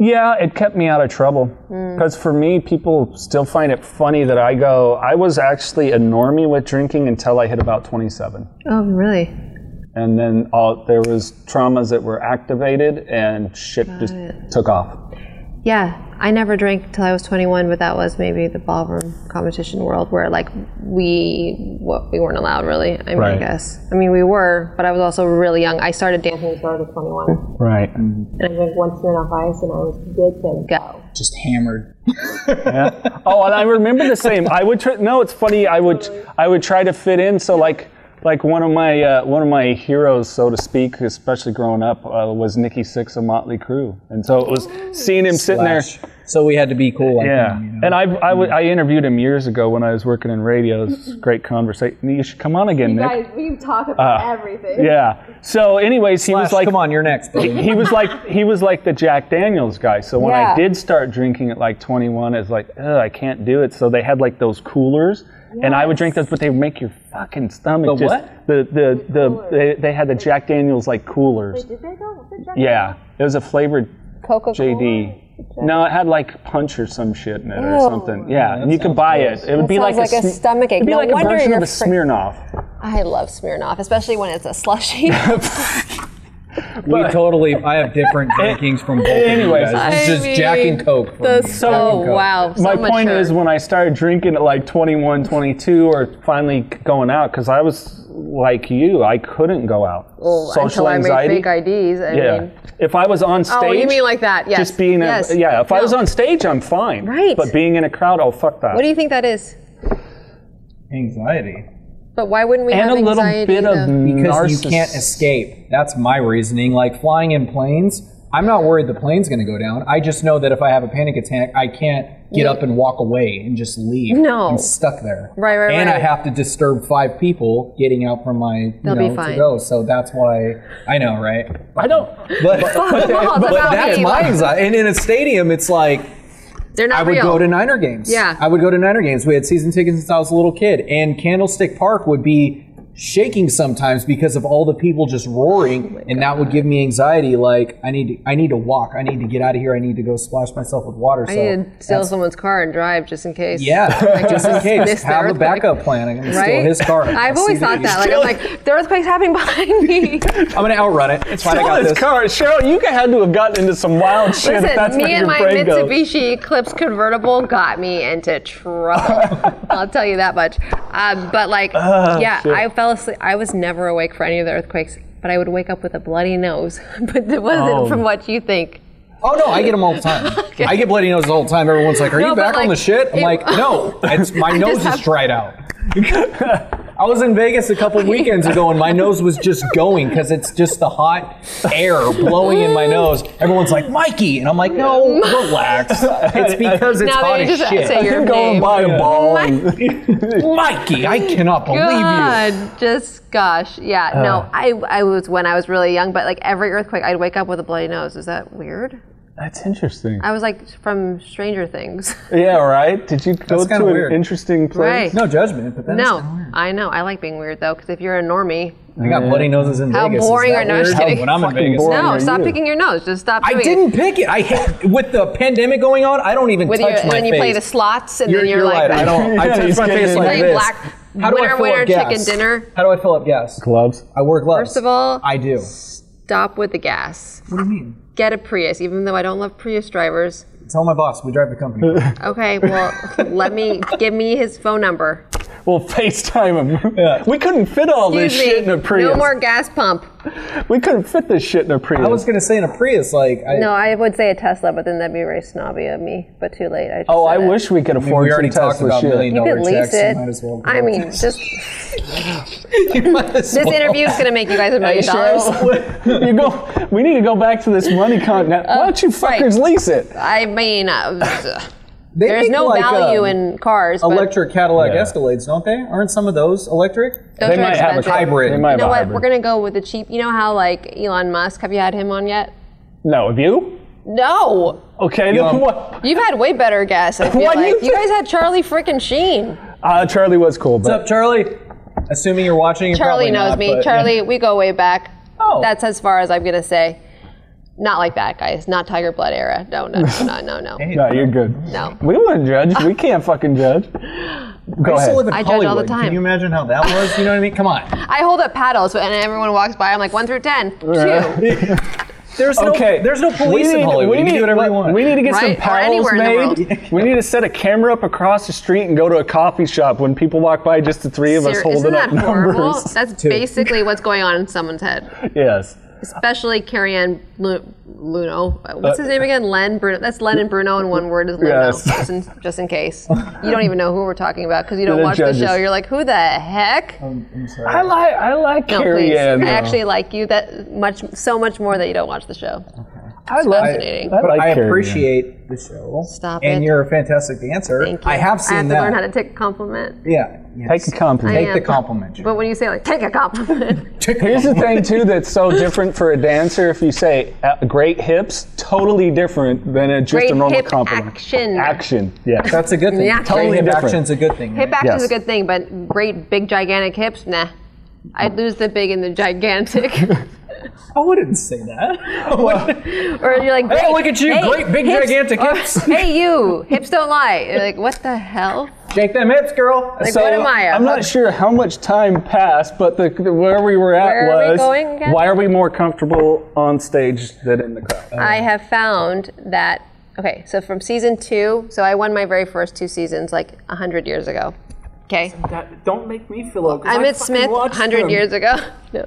Yeah, it kept me out of trouble. Because for me, people still find it funny that I go. I was actually a normie with drinking until I hit about 27.
Oh, really?
and then all, there was traumas that were activated and shit just took off
Yeah, I never drank till I was 21, but that was maybe the ballroom competition world where like we what we weren't allowed really. I mean, I
Right.
guess. I mean, we were, but I was also really young. I started dancing before I was 21,
right
and I drank one Smirnoff Ice, and I was good to go.
Just hammered.
oh and i remember the same i would try, no it's funny i would i would try to fit in so like like one of my uh, one of my heroes so to speak especially growing up uh, was nikki six of motley Crue. and so it was seeing him sitting there
So we had to be cool. Like
yeah
him, you know?
and I've, I, w- I interviewed him years ago when i was working in radio it was a great conversation you should come on again nick
we talk about everything.
Uh, yeah so anyways he was
Flash,
like
come on, you're next. buddy.
he was like he was like the Jack Daniels guy. So when I
Yeah.
did start drinking at like 21, it's like Ugh, I can't do it. So they had like those coolers, and I would drink those, but they would make your fucking stomach
The
just
what?
the the the, they, they had the Jack Daniels like coolers.
Did they go?
Yeah, it was a flavored
Coca
JD. No, it had like punch or some shit in it or
Ew.
something. Yeah, and you could buy it. It would be like,
Oh. sounds like a
sm-
stomachache.
It'd be
No
like a
wonder
version
you're
of a
fr-
Smirnoff.
I love Smirnoff, especially when it's a slushy.
we totally. I have different drinkings from both. Anyway,
Anyways,
this is
I
Jack
mean,
and Coke. for
the-
me.
so, Oh, wow. so
my point
mature.
is when i started drinking at like 21 22 or finally going out because i was like you i couldn't go out
Well, Oh, until I made fake IDs. I
yeah
mean,
if i was on stage
oh, you mean like that? Yes.
just being
yes.
a, yeah if i was
No.
on stage i'm fine
Right.
but being in a crowd oh fuck that
What do you think that is?
anxiety.
But why wouldn't we
and a
have
little
anxiety?
bit of
though?
because
narciss-
you can't escape. That's my reasoning. Like flying in planes, I'm not worried the plane's going to go down. I just know that if I have a panic attack, I can't get up and walk away and just leave.
No.
I'm stuck there.
Right, right,
And I
right.
have to disturb five people getting out from my you
They'll
know
be
to
fine.
oh,
go. So that's why I know, right?
i don't
But, but,
Well, it's about
that's
me,
my
but-
anxiety. And in a stadium, it's like
They're not
I would
real.
go to Niner games.
Yeah.
I would go to Niner games. We had season tickets since I was a little kid, and Candlestick Park would be shaking sometimes because of all the people just roaring, and that would give me anxiety. Like I need to, I need to walk. I need to get out of here. I need to go splash myself with water.
I
so
need to steal someone's car and drive just in case.
yeah, just in case,
missed the
have a
earthquake.
backup plan. I can steal
Right?
his car.
I've always thought that. Like, I'm like, the earthquake's happening behind me.
I'm gonna outrun it. It's fine. I got
this
this.
car cheryl you had to have gotten into some wild shit if that's
Listen,
where
me and
your
my
brain goes.
Mitsubishi Eclipse convertible got me into trouble. I'll tell you that much. Um, but like,
Ah,
yeah, I fell asleep. I was never awake for any of the earthquakes, but I would wake up with a bloody nose. but it wasn't
Oh.
from what you think.
Oh no, I get them all the time. I get bloody noses all the time. Everyone's like, "Are
No,
you
but,
back on
like,
the shit?" I'm
it-
like, "No, it's my nose is
have-
dried out." I was in Vegas a couple weekends ago, and my nose was just going because it's just the hot air blowing in my nose. Everyone's like, "Mikey," and I'm like, "No, relax. It's because it's
Now
hot
they
as
just
shit."
say your
go and
name.
buy a ball and-
Mikey, I cannot believe you. Uh.
God, just gosh, yeah. no, I I was when I was really young, but like every earthquake, I'd wake up with a bloody nose. Is that weird?
that's interesting
I was like from Stranger Things.
yeah right did you go to
kinda
an
weird.
interesting
Right.
place
No judgment, but that's
No,
kinda weird.
I know. I like being weird though, because if you're a normie,
I got bloody noses in
How
Vegas. Is
boring
that
are nose
weird? Oh,
kidding.
When I'm in
Fucking
Vegas,
boring.
no,
are
stop
you?
picking your nose. Just stop doing
I
it.
didn't pick it. I hate, with the pandemic going on. I don't even
With your,
touch
and
my
then you
face.
play the slots, and
You're,
then you're,
you're
like,
right. I don't. I
Yeah,
touch
he's
my
getting
face
into
like
play
this.
black
How do I
winner
fill
winner
up gas?
chicken dinner.
How do I fill up gas?
gloves
I wear gloves.
First of all,
I do.
stop with the gas.
What do you mean?
Get a Prius, even though I don't love Prius drivers.
Tell my boss we drive the company.
Okay, well, let me give me his phone number.
We'll FaceTime him. We couldn't fit all this
Excuse
shit in
me.
a Prius.
No more gas pump.
We couldn't fit this shit in a Prius.
I was gonna say in a Prius, like I,
No, I would say a Tesla, but then that'd be very snobby of me. But too late. I just
oh,
said
I
it.
wish we could
mean,
afford
we already
some
talked
Tesla
about
shit.
million
You
dollar
could lease
checks.
it.
You might as well. go
I
with
mean,
it.
just
You might as
this
well.
interview is gonna make you guys a
Hey,
million dollars.
Cheryl, you go. We need to go back to this money con. Now, why don't you
Uh, right.
fuckers lease it?
I mean, uh,
They
there's
make,
no
like,
value
um,
in cars. but
electric Cadillac
Yeah.
Escalades, don't they? Aren't some of those electric?
those
They
are
might have a
expensive.
hybrid.
They might
You know
have a
what?
hybrid.
We're gonna go with the cheap. You know how like Elon Musk? Have you had him on yet?
No, have you?
No,
Okay, then what?
you've had way better guess. I feel
What do
like
you
you guys had Charlie freaking Sheen.
Uh, Charlie was cool, but
What's up, Charlie? Assuming you're watching, you're
Charlie
probably
knows
not,
me.
but-
Charlie, we go way back.
Oh.
That's as far as I'm gonna say. Not like that, guys. Not Tiger Blood era. No, no, no, no, no, no.
no, you're good.
no.
We won't judge. We can't fucking judge. Go
I used to
ahead.
live in
I judge all the
Hollywood.
time.
Can you imagine how that was? You know what I mean? Come on.
I hold up paddles, and everyone walks by. I'm like one through ten. Two.
There's no, there's no police in Hollywood. you can do whatever you want.
We need to get some
Right, or
pals
anywhere in the
made. We need to set a camera up across the street and go to a coffee shop when people walk by, just the three of us
Ser-
holding
Isn't that
up
horrible?
numbers.
That's basically what's going on in someone's head,
yes.
especially Carrie Ann Lu- Luno. What's his name again? Len Bruno. That's Len and Bruno in one word is Luno.
Uh, Yes.
Just, in, just in case you don't even know who we're talking about because you don't
They're
watch
judges.
the show, you're like, who the heck?
I like I like
No,
Carrie
please.
Ann.
I actually like you that much, so much more that you don't watch the show.
I love
fascinating.
I,
But
like
I
Carrie Ann.
appreciate the show.
Stop
And
it.
you're a fantastic dancer.
Thank you.
I have seen
I have
that.
to learn how to take a compliment.
yeah. yes.
Take a compliment.
Take
I
the
am.
compliment.
But when you say like take a compliment,
Here's the thing too that's so different for a dancer. If you say uh, great hips, totally different than a, just
Great
a normal
hip
compliment.
action.
Action. Yeah.
That's a good thing.
Yeah.
Totally
Hip different.
action's a good thing.
hip action is
Yes.
a good thing, but great big gigantic hips, nah. I'd lose the big and the gigantic.
I wouldn't say that.
or you're like,
Hey,
great,
look at you,
hey,
great big
hips-
gigantic
or,
hips.
hey, you, hips don't lie. You're like, what the hell?
Shake them hips, girl.
Like, what am I? a
am not
hug-
sure how much time passed, but the, the- where we were at
Where are we
was
going again?
why are we more comfortable on stage than in the crowd?
I have found that. Okay, so from season two, so I won my very first two seasons like hundred years ago. Okay.
don't make me feel up.
I'm at Smith 100 years ago. No.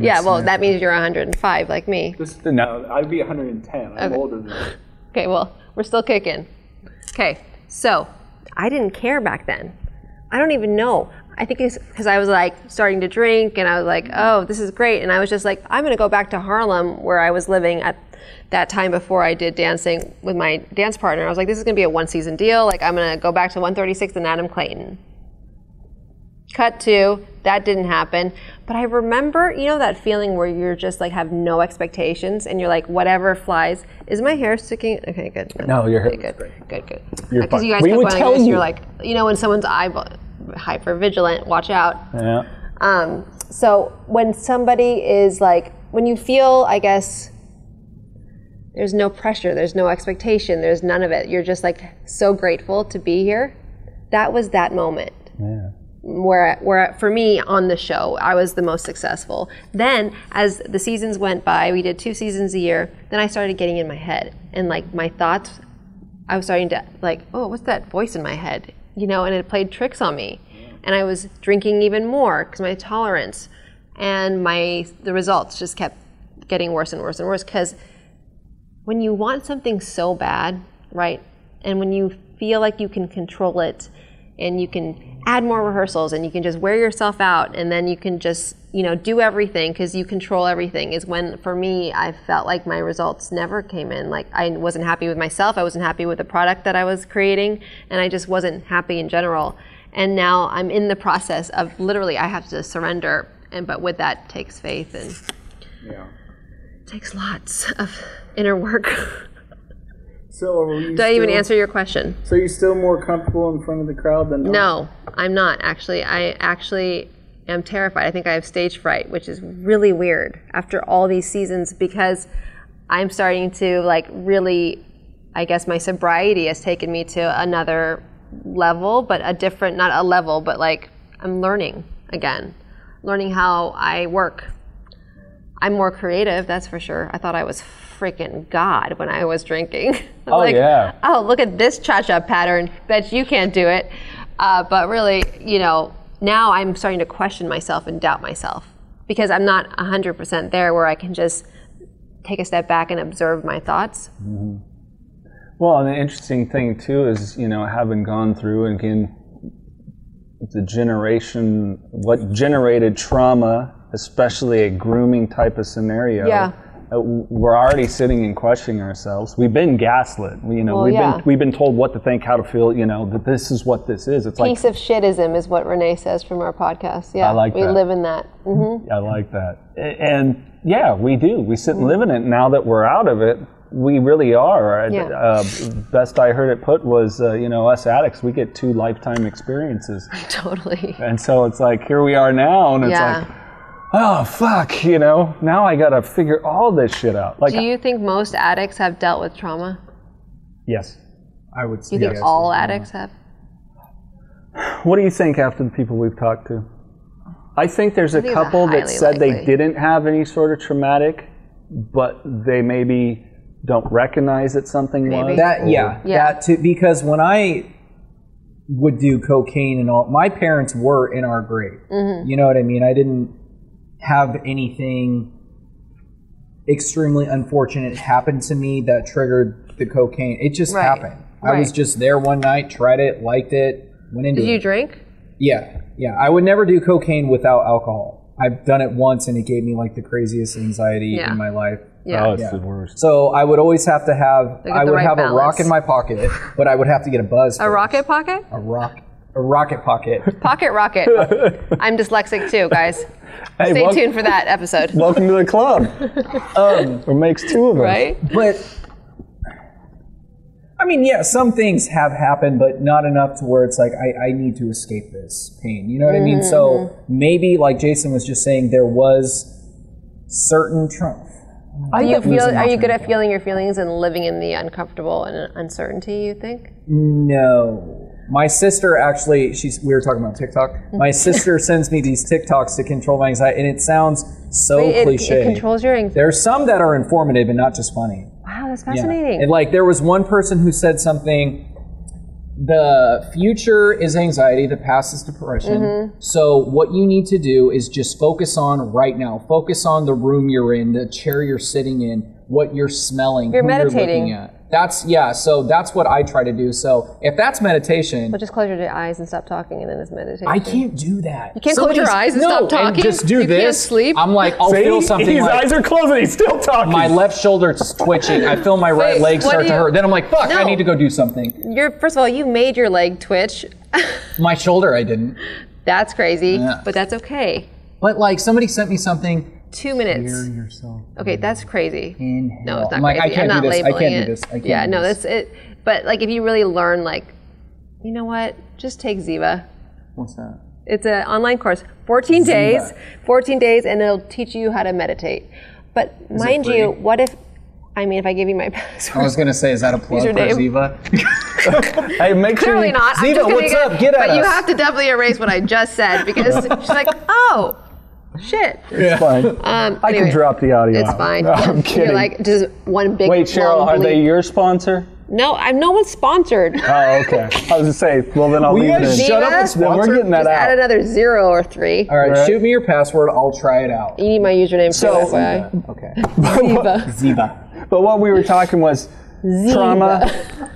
Yeah, well, that means you're 105 like me.
No, I'd be 110. I'm older than that.
Okay, well, we're still kicking. Okay, so I didn't care back then. I don't even know. I think it's because I was like starting to drink and I was like, oh, this is great. And I was just like, I'm going to go back to Harlem where I was living at that time before I did dancing with my dance partner. I was like, this is going to be a one season deal. Like, I'm going to go back to 136th and Adam Clayton. Cut to that didn't happen. But I remember, you know, that feeling where you're just like have no expectations and you're like whatever flies. Is my hair sticking? Okay, good.
No, your hair
okay, good, good, good.
You're
Because
fine.
you guys
We
kept
would
going
tell
like this,
you.
You're like, you know, when someone's eyeball hyper vigilant, watch out.
Yeah.
Um, so when somebody is like, when you feel, I guess, there's no pressure, there's no expectation, there's none of it. You're just like so grateful to be here. That was that moment. Where, where for me on the show, I was the most successful. Then, as the seasons went by, we did two seasons a year. Then I started getting in my head, and like my thoughts I was starting to like, oh, what's that voice in my head? You know, and it played tricks on me. And I was drinking even more because my tolerance and my the results just kept getting worse and worse and worse because when you want something so bad, right? And when you feel like you can control it and you can add more rehearsals and you can just wear yourself out and then you can just, you know, do everything cuz you control everything is when for me I felt like my results never came in. Like I wasn't happy with myself, I wasn't happy with the product that I was creating, and I just wasn't happy in general. And now I'm in the process of literally I have to surrender and but with that takes faith and takes lots of inner work.
So are you
Did I even answer your question?
So you're still more comfortable in front of the crowd than
No, I'm not actually. I actually am terrified. I think I have stage fright, which is really weird after all these seasons because I'm starting to like really I guess my sobriety has taken me to another level, but a different not a level, but like I'm learning again. Learning how I work. I'm more creative, that's for sure. I thought I was freaking god when I was drinking. oh
yeah.
oh, look at this cha cha pattern. Bet you can't do it. Uh, but really, you know, now I'm starting to question myself and doubt myself because I'm not 100% there where I can just take a step back and observe my thoughts.
Well, and the interesting thing too is, you know, having gone through and again the generation what generated trauma, especially a grooming type of scenario.
Yeah.
uh, w- we're already sitting and questioning ourselves. We've been gaslit. We, you know,
Well,
we've
yeah.
been we've been told what to think, how to feel. You know, that this is what this is. It's like
Piece of shitism is what Renee says from our podcast. Yeah,
I like
we
that.
live in that. hmm
I like that. A- And yeah, we do. We sit and live in it. Now that we're out of it, we really are. I-
Yeah.
Uh, best I heard it put was, uh, you know, us addicts, we get two lifetime experiences,
Totally.
and so it's like here we are now, and it's
yeah.
like, oh fuck, you know, now I gotta figure all this shit out. Like,
Do you think most addicts have dealt with trauma?
yes.
I would say
Do you think
yes.
all addicts have?
What do you think after the people we've talked to? I think there's a
think it's a
couple that
highly
said they
likely.
didn't have any sort of traumatic, but they maybe don't recognize that something was.
That yeah,
Yeah.
that too, because when I would do cocaine and all, my parents were in our grade.
Mm-hmm.
You know what I mean? I didn't have anything extremely unfortunate happen to me that triggered the cocaine. It just
Right.
happened. I was
Right.
just there one night, tried it, liked it, went into
Did
it.
you drink?
Yeah, yeah. I would never do cocaine without alcohol. I've done it once, and it gave me like the craziest anxiety
Yeah.
in my life.
Yeah.
Oh, it's the worst.
So I would always have to have.
They get
I
the
would
right
have a rock
balance.
in my pocket, but I would have to get a buzz.
A rocket pocket?
A rock. A rocket pocket.
Pocket rocket. I'm dyslexic too, guys.
Hey,
Stay
wel-
tuned for that episode.
Welcome to the club. um, it makes two of us.
right?
but I mean, yeah, some things have happened, but not enough to where it's like I, I need to escape this pain. You know what I mean?
Mm-hmm,
So maybe, like Jason was just saying, there was certain trump.
Are you, feel,
losing my
are you
train
good
of
at feeling your feelings and living in the uncomfortable and uncertainty, you think?
No. My sister actually, she's. We were talking about TikTok. My sister sends me these TikToks to control my anxiety, and it sounds so
It- it,
cliche.
it controls your anxiety.
There's some that are informative and not just funny.
Wow, that's
Yeah.
fascinating.
And like there was one person who said something. The future is anxiety. The past is depression.
Mm-hmm.
So what you need to do is just focus on right now. Focus on the room you're in, the chair you're sitting in, what you're smelling,
You're
who
meditating.
you're looking at. That's yeah. So that's what I try to do. So if that's meditation,
Well, just close your eyes and stop talking, and then it's meditation.
I can't do that. You
can't close your eyes and stop talking?
just do
You can't
this.
sleep?
I'm like, I'll feel something.
His
like,
eyes are closed and he's still talking.
my left shoulder's twitching. I feel my right
Wait,
leg
what
start
do
to
you-
hurt. Then I'm like, fuck, I
No.
need to go do something.
You're first of all, you made your leg twitch.
My shoulder, I didn't.
That's crazy,
Yeah.
but that's okay.
But like, somebody sent me something.
Two minutes.
yourself.
Okay, that's crazy.
Inhale.
No, it's not
I'm like,
crazy.
I can't
am not
do this. I
labeling
can't
it.
do this. I can't
yeah,
do
no,
this.
that's it. But like, if you really learn, like, you know what? Just take Ziva.
What's that?
It's an online course, 14 days, 14 days, and it'll teach you how to meditate. But mind you, what if? I mean, if I give you my
I
password,
was gonna say, is that a plug for
Username.
Ziva?
Hey, make sure
clearly
you-
not. I'm
Ziva,
just gonna
what's
get-
up? Get at
But you
us.
have to definitely erase what I just said because she's like, oh, shit.
It's fine.
Um,
I can
anyway,
drop the audio.
It's
out.
fine.
No, I'm
You're
kidding.
like just one big.
Wait, Cheryl,
long
are they
bleep.
your sponsor?
No, I'm no one's sponsored.
Oh, okay. I was gonna say, well then I'll
Will you
leave
guys
it. in.
shut up and
Then we're
sponsor?
getting that
Just add
out.
another zero or three.
All right, shoot me your password. I'll try it out.
You need my username
So-
too, FYI.
Okay.
Ziva.
Ziva.
But what we were talking was trauma.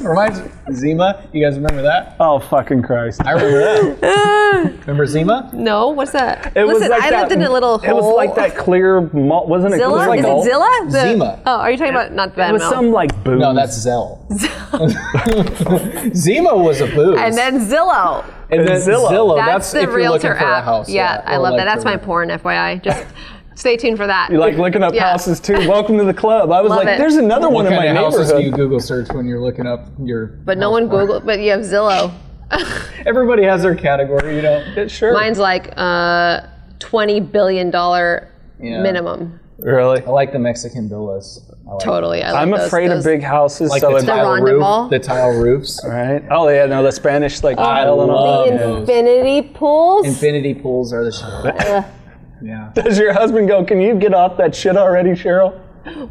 Reminds Zima. You guys remember that?
Oh fucking Christ!
I remember that. remember Zima?
No, what's that?
It
Listen,
was like
I
that,
lived in a little hole.
It was like that clear, malt, wasn't it? It was
Zilla?
like
Is
malt.
it Zilla? The-
Zima.
Oh, are you talking about not
It
Van
was some like booze.
No, that's Zell. Zima was a booze.
And then
Oh,
Zillow.
And then Zillow.
That's, the
if you're looking
realtor
for a
app.
house,
yeah, I
or
love
like
that. That's
for
my
rent.
porn, FYI. Just stay tuned for that.
You like looking up
Yeah.
houses too. Welcome to the club. I was
Love
like,
it.
there's another one
What
in
kind
my
of houses do you
neighborhood.
Google search when you're looking up your?
but no one Googled. But you have Zillow.
Everybody has their category, you know.
Sure.
Mine's like uh, twenty billion dollar
Yeah.
minimum.
Really?
I like the Mexican villas. I like
Totally. I like
I'm
those-
afraid
those.
of big houses, so
the
it,
tile
tile
Ronda roof- Mall.
roof,
the
the tile roofs,
right? Oh yeah, no, the Spanish like tile and all.
love-
The
those.
infinity pools.
infinity pools are the shit. yeah.
Does your husband go? Can you get off that shit already, Cheryl?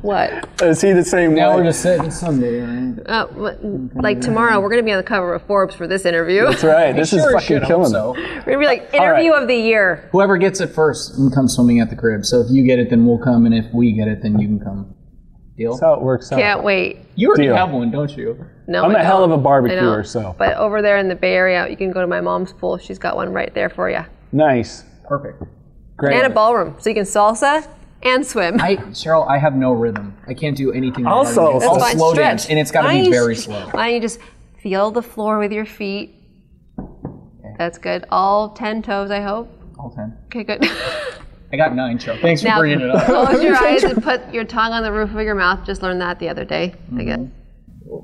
what?
Is he the same
Now
way?
we're just sitting someday, right?
Uh, what- like tomorrow, we're gonna be on the cover of Forbes for this interview.
That's right. This is
Sure as shit,
fucking
I
killing
hope
them.
so.
we're gonna be like
right.
interview of the year.
Whoever gets it first can come swimming at the crib. So if you get it, then we'll come, and if we get it, then you can come. Deal.
That's how it works out.
Can't wait.
you already
Deal.
have one, don't you?
No,
I'm
I
a hell
don't.
of a
I know.
barbecuer, so
But over there in the Bay Area, you can go to my mom's pool. She's got one right there for you.
nice.
Perfect.
Great.
And a ballroom. So you can salsa and swim.
I, Cheryl, I have no rhythm. I can't do anything. that hard.
Also- That's
I'll
fine.
slow
Stretch.
dance, and it's got to
Why
be
don't you
very
just-
slow.
Why don't you just feel the floor with your feet? That's good. All ten toes, I hope.
All ten.
Okay, good.
I got nine, Cheryl. Thanks for
Now-
bringing it up.
Close your eyes and put your tongue on the roof of your mouth. Just learned that the other day. I guess.
Mm-hmm.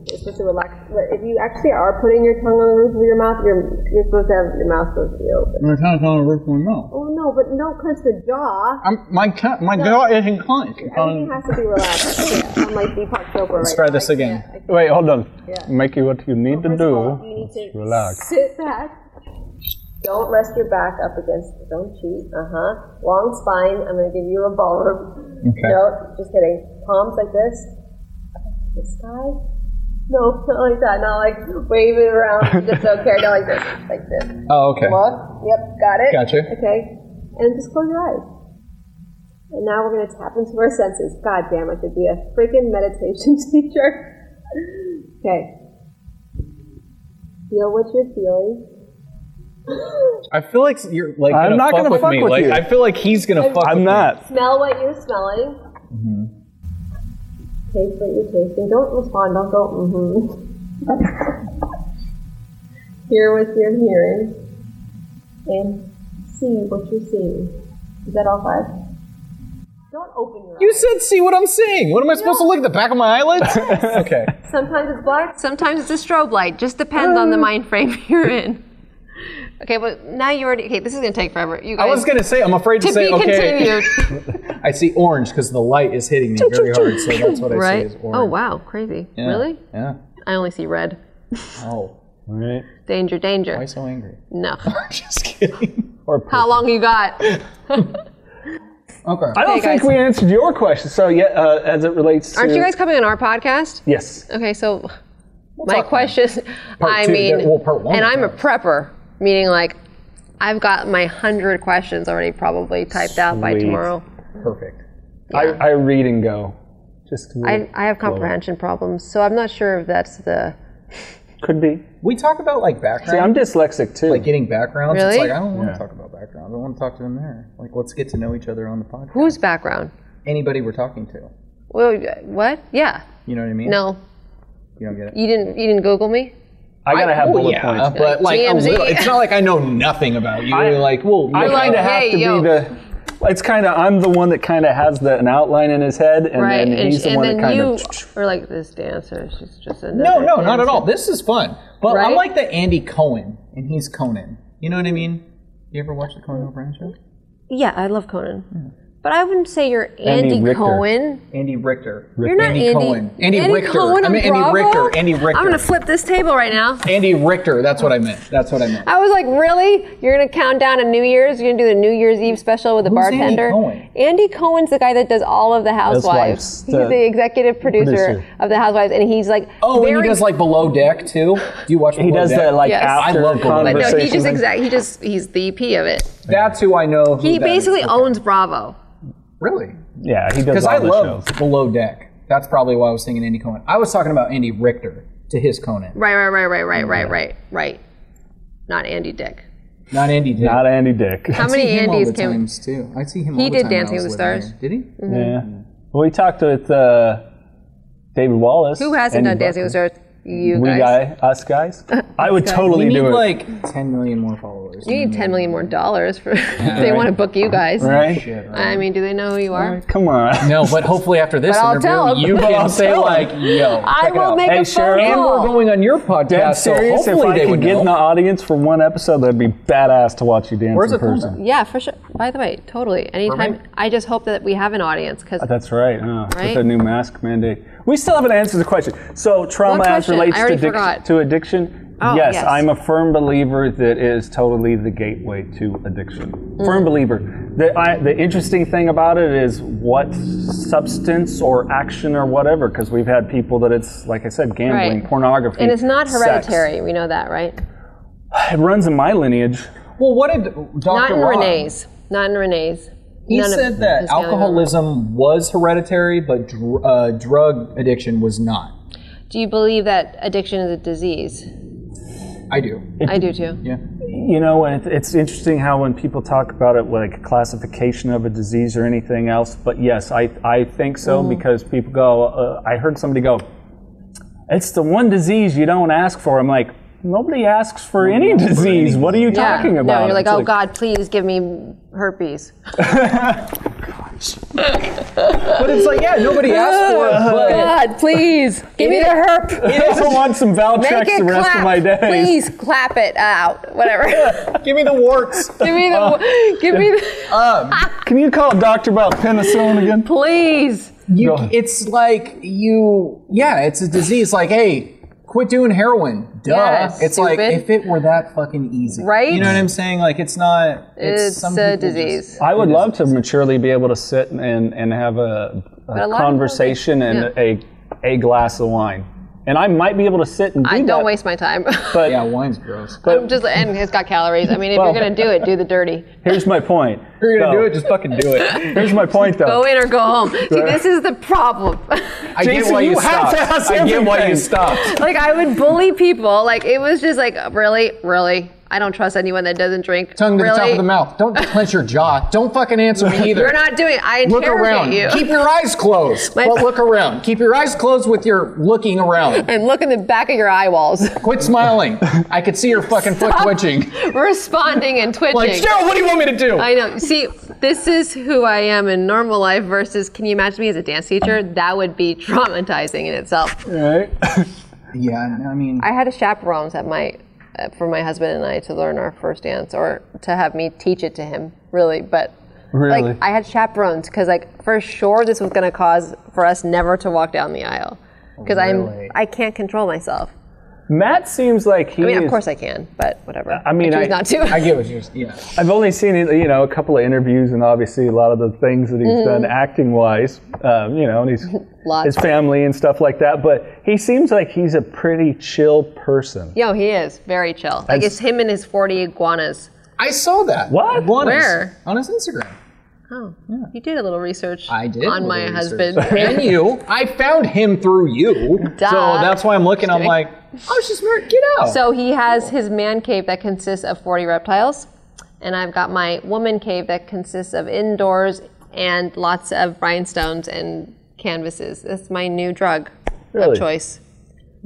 It's supposed to relax. But if you actually are putting your tongue on the roof of your mouth, you're you're supposed to have your mouth supposed to be open.
We're trying to go on roof remote.
Oh no, but no clench the jaw.
I'm, my cu- my jaw isn't clenched.
Everything has to be relaxed. Yeah, I'm like Deepak Chopra.
Let's
right
try
now.
this
I
again.
can't- I can't.
Wait, hold on.
Yeah.
Mikey, what you need to
First of all, you
do?
need to
relax.
Sit back. Don't rest your back up against. Don't cheat. Uh huh. Long spine. I'm gonna give you a ballroom.
Okay.
No, just kidding. Palms like this. This guy. No, not like that. Not like wave it around. Just don't care. Not like this. Like this.
Oh, okay.
Look. Yep. Got it.
Gotcha.
Okay. And just close your eyes. And now we're gonna tap into our senses. God damn, I should be a freaking meditation teacher. okay. Feel what you're feeling.
I feel like you're like.
I'm
gonna
not
fuck
gonna
with
fuck
me.
with
like,
you.
I feel like he's gonna fuck.
I'm
with Me.
not.
Smell what you're smelling.
Mm-hmm.
Taste what you're tasting. Don't respond. Don't go. Mm-hmm. Hear what you're hearing, and see what you're seeing. Is that all five? Don't open your
You
eyes.
said, "See what I'm seeing." What am I supposed to look at the back of my eyelids? okay.
Sometimes it's black. Uh.
Sometimes it's a strobe light. Just depends on the mind frame you're in. Okay, but now you already. Okay, this is gonna take forever. You
I
guys.
was gonna say, I'm afraid to,
to
say,
be
okay.
continued.
I see orange because the light is hitting me very hard, so that's what I see
right?
is orange.
Oh wow, crazy.
Yeah.
Really?
Yeah.
I only see red.
Oh,
Right.
Danger, danger.
why so angry?
No.
Just kidding.
How long you got?
Okay.
I don't
Hey,
think
guys.
we answered your question. So yeah, uh, as it relates to
Aren't you guys coming on our podcast?
yes,
Okay, so my question, I
two,
mean,
yeah, well, part one
and
was
I'm a
that.
prepper, meaning like I've got my hundred questions already probably typed out by
Sweet.
tomorrow.
Perfect.
I, I read and go. Just to
I, I have comprehension problems, so I'm not sure if that's the.
could be.
We talk about like
See, I'm
background,
dyslexic too.
like getting backgrounds. It's
Really?
like I don't want to talk about backgrounds. I want to talk to them there. Like, let's get to know each other on the podcast.
Whose background?
Anybody we're talking to.
Well, what? Yeah.
You know what I mean?
No,
You don't get it.
you didn't. You didn't Google me.
I gotta have
oh,
bullet
yeah,
points.
but like a
TMZ.
little. It's not like I know nothing about you.
I-
You're like, well,
I
look
kind
up.
of have
hey,
to
yo.
be the. It's kind of I'm the one that kind of has the, an outline in his head, and
Right,
then
and,
he's the
and
one
then
that kind
you
of.
are like this dancer. She's just another
No, no, not at
dancer.
all. This is fun. But I'm
Right?
like the Andy Cohen, and he's Conan. You know what I mean? You ever watch the Conan O'Brien show?
Yeah, I love Conan,
Hmm.
but I wouldn't say you're Andy,
Richter.
Cohen.
Andy Richter.
You're not
Andy
Andy
Cohen. Andy Richter.
Cohen
I
on
mean, Andy
Bravo?
Richter. Andy Richter.
I'm gonna flip this table right now.
Andy Richter. That's what I meant. That's what I meant.
I was like, really? You're gonna count down to New Year's? You're gonna do the New Year's Eve special with the
Who's Andy
bartender?
Cohen?
Andy Cohen's the guy that does all of the Housewives.
Housewives,
He's
the
the executive producer,
producer.
of the Housewives, and he's like,
Oh,
very,
and he does like Below Deck too. Do you watch?
He
Below
does
Deck?
that like
Yes. I
after
love Golden Lake.
no,
conversation.
he just exact. He just he's the EP of it.
That's who I know. who
He
that is.
basically
Okay.
owns Bravo.
really
yeah, he does.
because
all
I
the
love
shows.
Below Deck. That's probably why I was thinking Andy Cohen. I was talking about Andy Richter to his Conan,
Right, right, right, right, right, right, right, right. Not Andy Dick.
not Andy. Dick.
Not Andy Dick.
How
I
many
see him all
Andys
the
can?
times too. I see him.
He
all the
did
time when I
Dancing
was
with the
living
Stars.
here. Did he?
Yeah. Well, we talked with uh, David Wallace.
Who hasn't
Andy
done Dancing with the Stars? You
We
guys.
guy, us guys. I would totally
We need
do it.
like 10 million more followers.
You need ten million more dollars for if they want to book you guys.
right?
I mean, do they know who you are?
Come on.
No, but hopefully after this
But I'll
interview,
tell 'em.
you
But
can
I'll
say
tell 'em.
like, "Yo,
I
check it
will
out.
make
Hey,
a phone
Sharon,
And
call.
we're going on your
Dead
podcast, so
serious. if
hopefully
I
they
could
would
get
know.
in the audience for one episode, that'd be badass to watch you dance
Where's
in
it from?
person.
yeah, for sure. By the way, totally. Anytime.
Mermaid?
I just hope that we have an audience because
That's right, huh?
Right?
With the new mask mandate. We still haven't answered the question. So trauma
One
as
question.
relates
I
to,
already
addic-
forgot.
to addiction.
Oh,
yes,
yes.
I'm a firm believer that it is totally the gateway to addiction. Firm
Mm.
believer. The, I, the interesting thing about it is what substance or action or whatever, because we've had people that it's, like I said, gambling,
Right.
pornography.
and it's not
sex.
hereditary. We know that, right?
It runs in my lineage.
Well, what did
Not
Dr.
in
Rob,
Renee's. Not in Renee's.
He
None of
said that
his family members.
alcoholism was hereditary, but dr- uh, drug addiction was not.
Do you believe that addiction is a disease?
I do.
I do too.
you know, and it, it's interesting how when people talk about it, like classification of a disease or anything else. But yes, I I think so
Mm-hmm.
because people go. Uh, I heard somebody go, "It's the one disease you don't ask for." I'm like, nobody asks for any disease. What are you
Yeah.
talking about?
No, you're like,
It's
oh God, please give me herpes.
But it's like, yeah, nobody asked for it. But
God, please give me the herp.
I also want some Valtrex the rest of my days.
Please clap it out. Whatever.
give me the warts.
give me
Uh,
the. Give me.
Oh,
The,
Can you call a doctor about penicillin again?
please.
You,
ahead.
it's like you, yeah, it's a disease. Like, hey, quit doing heroin. Duh.
Yeah,
it's like
stupid.
if it were that fucking easy,
Right?
You know what I'm saying? Like, it's not. It's,
It's
some
a
people just-
disease.
I would love to maturely be able to sit and, and have a, a,
a lot of
conversation and a, a glass of wine. And I might be able to sit and do
I
that,
don't waste my time.
But
yeah, wine's gross.
I'm just and it's got calories. I mean, if
Well-
you're gonna do it, do the dirty.
here's my point.
You're gonna
Though.
do it, just fucking do it.
Here's my point, though.
Go in or go home. See, this is the problem.
I
Jason,
get why you,
you have
stopped.
to ask
I get why you
everything.
stopped.
like I would bully people. Like it was just like really, really. I don't trust anyone that doesn't drink.
Tongue to
really,
the top of the mouth. Don't clench your jaw. Don't fucking answer me either.
You're not doing. It. I
Look
interrogate
around.
you.
Keep your eyes closed.
My-
But look around. Keep your eyes closed with your looking around.
and look in the back of your eye walls.
Quit smiling. I could see your fucking foot twitching.
Responding and twitching.
Like, Cheryl, what do you want me to do?
I know. See, this is who I am in normal life versus can you imagine me as a dance teacher? That would be traumatizing in itself.
yeah, I mean,
I had a chaperones at my uh, for my husband and I to learn our first dance or to have me teach it to him, really, but
Really?
like I had chaperones cuz like for sure this was going to cause for us never to walk down the aisle cuz
Really?
I'm I can't control myself.
Matt seems like he.
I mean, of
is-
course I can, but whatever.
I mean,
I choose
I-
not to.
I get what you're Yeah.
I've only seen you know a couple of interviews and obviously a lot of the things that he's done acting wise, um, you know, and he's
Mm-hmm. Lots.
his family and stuff like that. But he seems like he's a pretty chill person.
Yo, he is very chill. Like it's him and his 40 iguanas.
I saw that.
What?
Iguanas.
Where?
On his Instagram.
Oh, you did a little research.
I did
on
a
my
little
husband.
And you. I found him through you. So
Duh.
that's why I'm looking. I'm like, oh, she's smart. Get out.
so he has his man cave that consists of 40 reptiles, and I've got my woman cave that consists of indoors and lots of rhinestones and canvases. That's my new drug
Really?
of choice.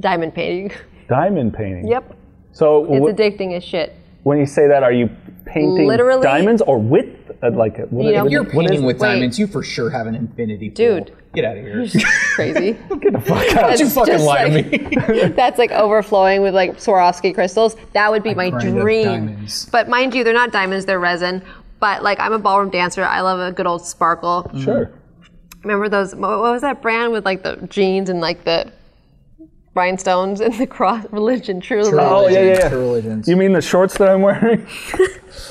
Diamond painting.
Diamond painting.
Yep.
So
It's
wh-
addicting as shit.
when you say that, are you painting
Literally-
diamonds or with uh, like a, what,
You know,
what-
you're
what is
painting
it?
with
Wait.
diamonds. You for sure have an infinity pool.
Dude.
Get out of here.
Crazy.
Get the fuck out.
That's
you fucking
just
lie to
like- That's like overflowing with like Swarovski crystals. That would be my
grind up
dream.
diamonds.
But mind you, they're not diamonds; they're resin. But like, I'm a ballroom dancer. I love a good old sparkle.
Sure.
Remember those? What what was that brand with like the jeans and like the rhinestones and the cross religion? True, love.
Oh, yeah, yeah, yeah.
True religions.
You mean the shorts that I'm wearing?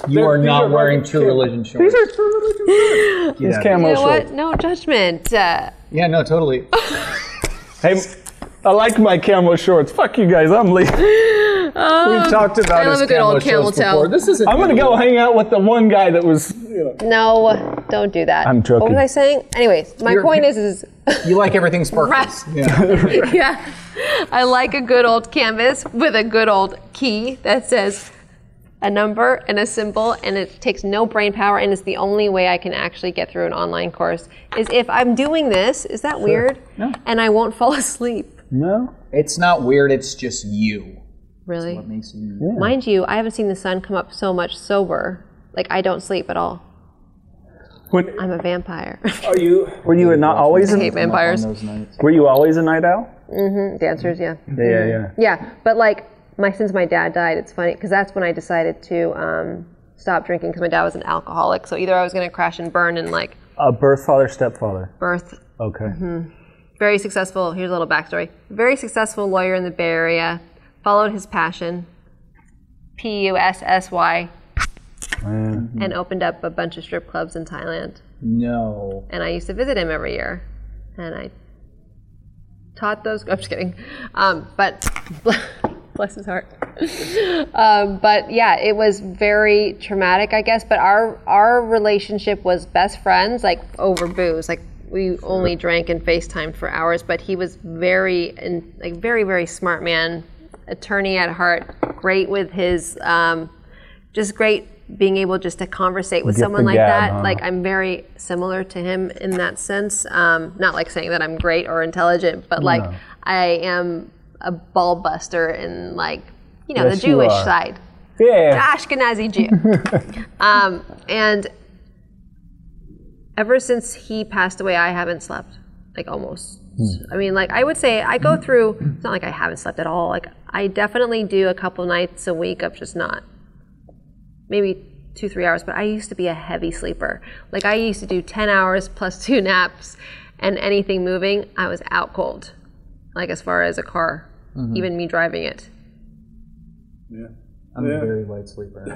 You are
these
not
are
wearing
rubber
true
cam-
religion shorts.
These are true religion shorts. These
out of
camo
You know
shorts.
what? No judgment. Uh,
Yeah, no, totally.
Hey, I like my camo shorts. Fuck you guys, I'm leaving.
We've talked about
Oh, I love
his
a good
camo
old camel
shorts
toe.
before. This isn't.
I'm gonna go hang out with the one guy that was. You know.
no, don't do that.
I'm joking.
What was I saying? Anyways, my
You're-
point is, is
You like everything sparkles.
Rest. yeah, I like a good old canvas with a good old key that says a number and a symbol, and it takes no brain power, and it's the only way I can actually get through an online course. Is if I'm doing this, is that weird? No. And I won't fall asleep.
No.
It's not weird. It's just you.
Really?
Makes you
Mind you, I haven't seen the sun come up so much sober. Like I don't sleep at all.
When,
I'm a vampire.
are you? Were you not always?
I
An,
hate vampires.
were you always a night owl?
Dancers, yeah.
Yeah, yeah.
Yeah, but like my since my dad died, it's funny because that's when I decided to um, stop drinking because my dad was an alcoholic. So either I was going to crash and burn and like
A birth father, stepfather.
birth.
Okay.
Mm-hmm. Very successful. Here's a little backstory. Very successful lawyer in the Bay Area. Followed his passion, P U S S Y, and opened up a bunch of strip clubs in Thailand.
No.
and I used to visit him every year, and I taught those. I'm just kidding, um, but bless his heart. um, but yeah, it was very traumatic, I guess. But our our relationship was best friends, like over booze, like. We only drank and FaceTimed for hours, but he was very, in, like, very, very smart man, attorney at heart, great with his, um, just great being able just to conversate with
Get
someone
the
like
gab,
that.
huh?
Like I'm very similar to him in that sense. Um, not like saying that I'm great or intelligent, but like I am a ball buster in like you know
Yes,
the
you
Jewish
are.
side.
Yeah.
Ashkenazi Jew. um, and ever since he passed away, I haven't slept. Like almost.
Hmm.
I mean, like I would say I go through. It's not like I haven't slept at all. Like I definitely do a couple nights a week of just not. Maybe two three hours, but I used to be a heavy sleeper. Like I used to do ten hours plus two naps, and anything moving, I was out cold. Like as far as a car,
Mm-hmm.
even me driving it.
I'm a very light sleeper.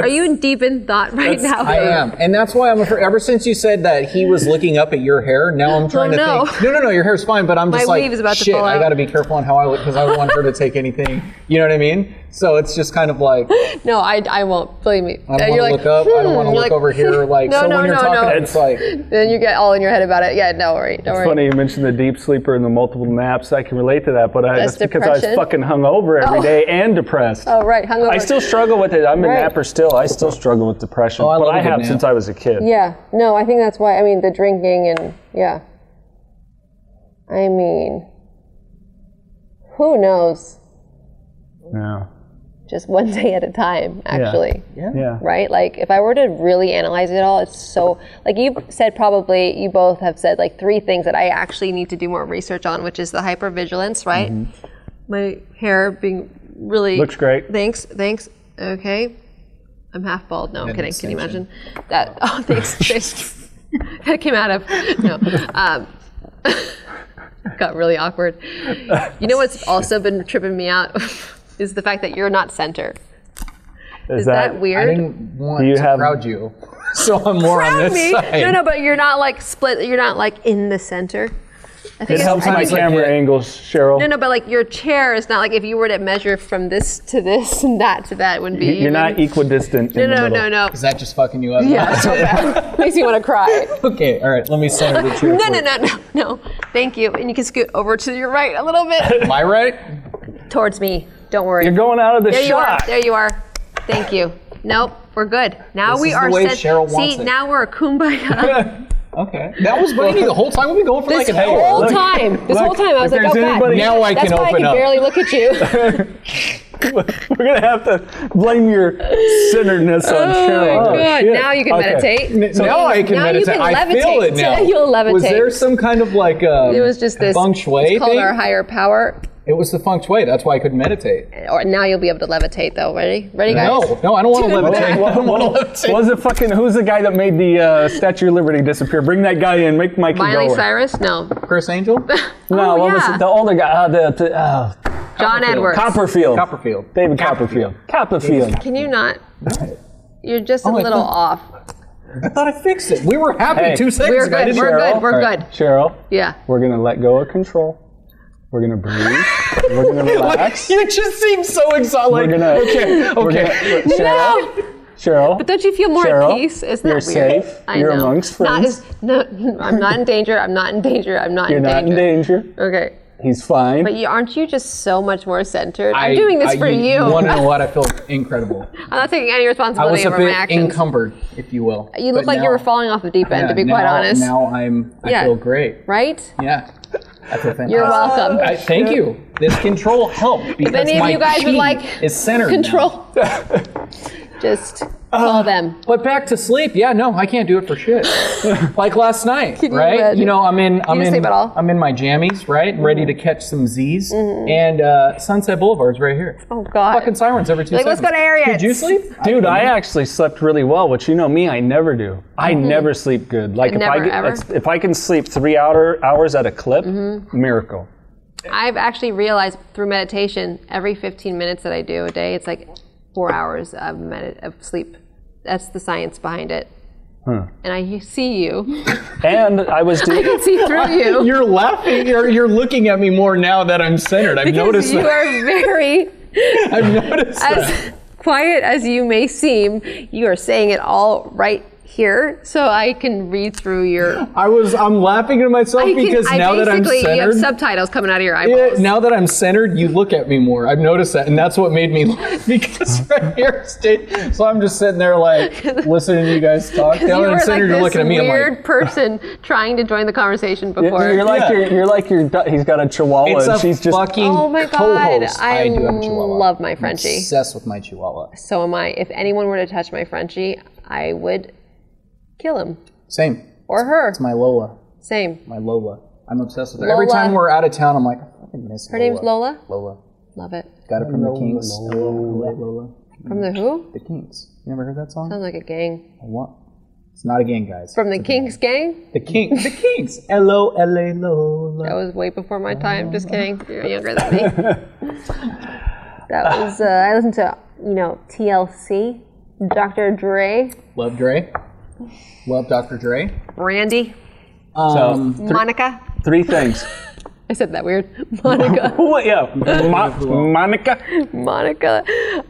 Are you deep in thought right now?
I am, and that's why I'm. afraid- Ever since you said that he was looking up at your hair, now I'm trying
Oh,
to
no.
think. No, no, no, your hair's fine, but I'm
My
just like,
weave is about to
shit.
fall
I
out."
got to be careful on how I look because I don't want her to take anything. You know what I mean? So it's just kind of like
No, I, I won't. Believe me.
I don't want to look up. I don't
hmm,
want to look over here. Like
no,
so
no,
when you're
no,
talking,
no.
it's like
Then you get all in your head about it. Yeah, no worry, don't worry.
Funny you mentioned the deep sleeper and the multiple naps. I can relate to that, but I,
That's
that's because I was
depression.
fucking hungover every
Oh.
day and depressed.
Oh right, hungover.
I still struggle with it. I'm a
Right.
napper still. I still struggle with depression,
Oh, I
but
love
I
a good
have
nap.
since I was a kid.
Yeah, no, I think that's why. I mean, the drinking and yeah. I mean, who knows?
Yeah.
Just one day at a time, actually.
Yeah.
Right? Like, if I were to really analyze it all, it's so. Like, you said probably, you both have said like three things that I actually need to do more research on, which is the hypervigilance, right? My hair being really.
Looks great.
Thanks, thanks. Okay. I'm half bald. No, I'm kidding. Can you imagine? That. Oh, thanks. thanks. that came out of. No. Um, got really awkward. You know what's also been tripping me out is the fact that you're not center.
Is,
Is that,
I
weird?
didn't want
You
to
have-
crowd you, so I'm more on
Grab
this
me.
side.
No, no, but you're not like split. You're not like in the center. I think
It helps
I
my
think-
camera angles, Cheryl.
No, no, but like your chair is not like if you were to measure from this to this and that to that it wouldn't be.
You're not equidistant
No,
in the
no,
middle.
no, no.
Is that just fucking you up?
Yeah, so bad. Makes me want to cry.
Okay. All right. Let me center the chair.
No,
for
no,
you.
no, no, no. Thank you. And you can scoot over to your right a little bit
Am I right?
towards me. Don't worry.
You're going out of the
there you are.
shot.
There you are. Thank you. Nope, we're good. Now
This
we
is the
are
way
sent-
Cheryl wants
See,
it.
now we're a kumbaya.
Okay. That was Brady the whole time. We've been going for
this
like an
whole
hour. Look,
time. This whole
look,
time I was
if
like, oh
there's
god.
anybody-
Now I
That's
can
why I
open
can
up.
barely look at you.
We're gonna have to blame your centeredness on Cheryl.
Oh, God.
shit.
Now you can
Okay.
meditate.
now I can
now you
meditate.
can
I feel
levitate.
it now.
You'll
Was
levitate.
there some kind of like um,
It was just this
feng shui
It's called
thing?
our higher power.
it was the feng shui. That's why I couldn't meditate.
Or now you'll be able to levitate though. Ready? Ready, guys?
No, no, I don't want to levitate. I
What,
don't
what,
want to
what
levitate.
was it fucking? Who's the guy that made the uh, Statue of Liberty disappear? Bring that guy in. Make Mikey
Miley
go.
Cyrus? No.
Chris Angel?
No,
Oh,
what was
yeah.
it? The older guy. Uh, the, the, uh,
John Edwards.
Copperfield.
Copperfield.
David Copperfield. Copperfield.
Can you not? You're just a
Oh, I
little
thought-
off.
I thought I fixed it. We were happy
Hey.
two seconds
We're
ago. I
good.
didn't-
We're
Cheryl.
good. We're
All
good.
Cheryl,
Yeah.
we're gonna let go of control. We're gonna breathe. We're gonna relax.
You just seem so exhausted.
We're
Like,
gonna.
okay,
We're gonna,
okay.
Cheryl. Cheryl.
But don't you feel more
Cheryl,
at peace? Isn't that
you're
weird?
safe.
I
You're
know.
amongst
Not
friends.
as- no, I'm not in danger. I'm not in danger. I'm not
You're
in
not in
danger.
danger.
Okay.
He's fine.
But you, aren't you just so much more centered?
I,
I'm doing this
I-
for you.
You want to know what? I feel incredible.
I'm not taking any
I was
responsibility
a
over my
bit
actions.
encumbered, if you will.
you look
But
like
now-
you were falling off the deep end,
yeah,
to be quite
now-
honest.
Now I'm. I
Yeah.
feel great.
Right?
Yeah. I feel fantastic.
You're welcome.
Uh, I, thank you. This control helped because
any of
my
you guys would
chi
like
is centered now. Ah.
Control. just call them.
But back to sleep. Yeah, no, I can't do it for shit. like last night,
you
right?
imagine?
you know, I'm in, I'm
didn't
in,
sleep at all? Mm-hmm.
I'm in my jammies, right, ready to catch some Z's. And uh, Sunset Boulevard's right here.
Oh, God.
Fucking sirens every two
Like, let's
seconds.
go to Harriet's.
Did you sleep?
Dude, I actually slept really well, which you know me, I never do. I never sleep good. Like if
Mm-hmm. Never,
I
ever?
it's- if I can sleep three hour, hours at a clip,
Mm-hmm.
miracle.
I've actually realized through meditation, every 15 minutes that I do a day, it's like four hours of, med- of sleep. That's the science behind it. And I see you.
And I was
I
doing.
can see through you.
You're laughing. You're, you're looking at me more now that I'm centered. I've
because
noticed
you
that.
are very,
I've noticed that.
as quiet as you may seem, you are saying it all right here, so I can read through your.
I was I'm laughing to myself
I
Oh, because
can,
now
I
that I'm
basically you have
centered,
subtitles coming out of your
Yeah,
eyeballs.
now that I'm centered, you look at me more. I've noticed that, and that's what made me laugh because right here, state. So I'm just sitting there like listening to you guys talk. Now
you
that
were
I'm
like
centered,
this
you're looking at me.
weird
I'm like,
person trying to join the conversation before.
You're like
Yeah.
your, you're like your. du- He's got a Chihuahua.
it's
and
a
she's just
fucking
oh my god,
co-host.
I,
do have a chihuahua.
love my
I'm
Frenchie.
obsessed with my chihuahua.
So am I. If anyone were to touch my Frenchie, I would kill him
Same.
or her.
It's my Lola.
Same.
My Lola. I'm obsessed with her. Every
Lola.
time we're out of town, I'm like, I fucking miss
Her name's Lola.
Lola.
Love it.
Got it from the Kinks. Lola. Lola.
From the who?
The Kinks. You never heard that song?
Sounds like a gang.
I want. It's not a gang, guys.
From the Kinks gang?
The Kinks. The Kinks. L O L A Lola.
That was way before my time. Just kidding. You're younger than me. That was. Uh, I listened to you know TLC, Dr. Dre,
Love Dre. Love Dr. Dre.
Brandy,
Um,
Monica.
three things.
I said that weird. Monica.
What? Yeah, Ma- Monica.
Monica.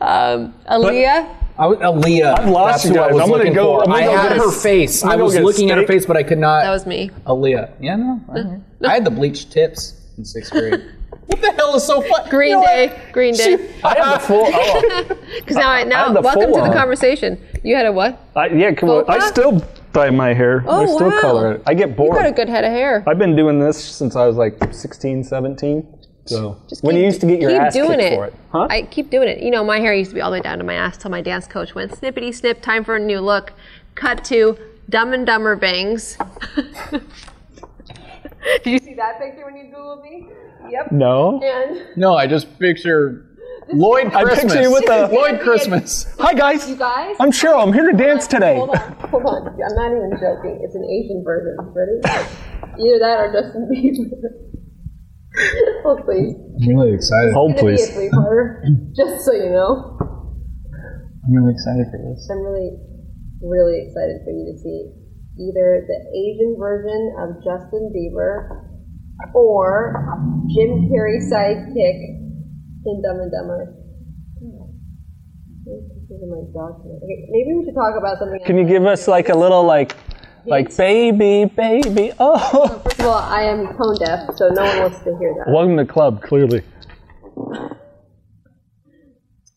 Um, Aaliyah.
I was, Aaliyah.
I've lost
that's
you
who I
guys.
was
I'm gonna
looking
go-
for.
I'm gonna
I
go
had
get
her
a-
face.
I'm
I
gonna
was
go get a
looking at her
steak.
face, but I could not.
that was me.
Aaliyah. Yeah, no. I heard. I had the bleached tips in sixth grade. what the hell is so funny?
Green Day. Green Day.
I had the full. Oh,
Because now, I, now,
had the
welcome to
full
the
on.
conversation. You had a what?
I, yeah, come on. I
Boca?
still dye my hair.
Oh,
I still
wow.
color it. I get
You
bored.
got a good head of hair.
I've been doing this since I was like 16, 17. So when
keep-
you used to get your
keep
ass
doing
kicked
it.
for it, huh?
I keep doing it. You know, my hair used to be all the way down to my ass till my dance coach went snippity snip, time for a new look. Cut to Dumb and Dumber bangs. Did you see that picture when you Googled me? Yep.
no.
And
No, I just picture Lloyd Christmas.
picture you with a-
Lloyd Christmas.
Hi guys.
you guys.
I'm Cheryl. I'm here to dance today.
Hold on, hold on.
I'm not even joking. It's an Asian version. Ready? Either that or Justin Bieber. oh, please.
I'm really excited.
Hold
It's gonna be a three-parter, just so you know.
I'm really excited for this.
I'm really, really excited for you to see either the Asian version of Justin Bieber or Jim Carrey sidekick in Dumb and Dumber. This is my document. Okay, maybe we should talk about something.
Can you give us like a little like, like baby, baby? Oh.
First of all, I am tone deaf, so no one wants to hear that.
Welcome to the club. Clearly.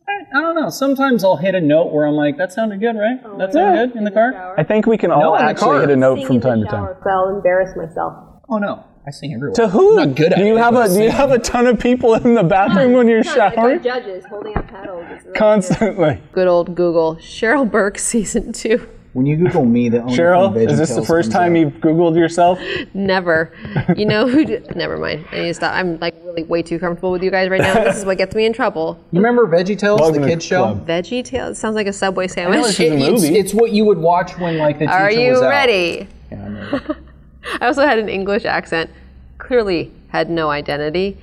I, I don't know. Sometimes I'll hit a note where I'm like, that sounded good, right? that sounded good in the car?
I think we can all
in the
actually
car.
hit a note
Singing
from
in
time
the
to time.
shower, So I'll embarrass myself.
Oh no, I sing everywhere.
To who?
I'm not good at
do you
it,
have
but I
a Do you
sing.
have a ton of people in the bathroom when you're
Like our
showering?
judges holding up paddles. It's really
Constantly.
Good old Google. Cheryl Burke, season two.
When you Google me, the only
Cheryl,
thing
is this the first time you've Googled yourself?
Never. You know who? d- Never mind. I need to stop. I'm like really way too comfortable with you guys right now. This is what gets me in trouble.
You remember VeggieTales,
Welcome
the
to
kids show?
club.
Veggie Tales sounds like a Subway
this
sandwich.
is a
It's,
movie.
it's what you would watch when like the teacher
Are
was
you
out.
ready?
Yeah, I know.
I also had an English accent. Clearly had no identity.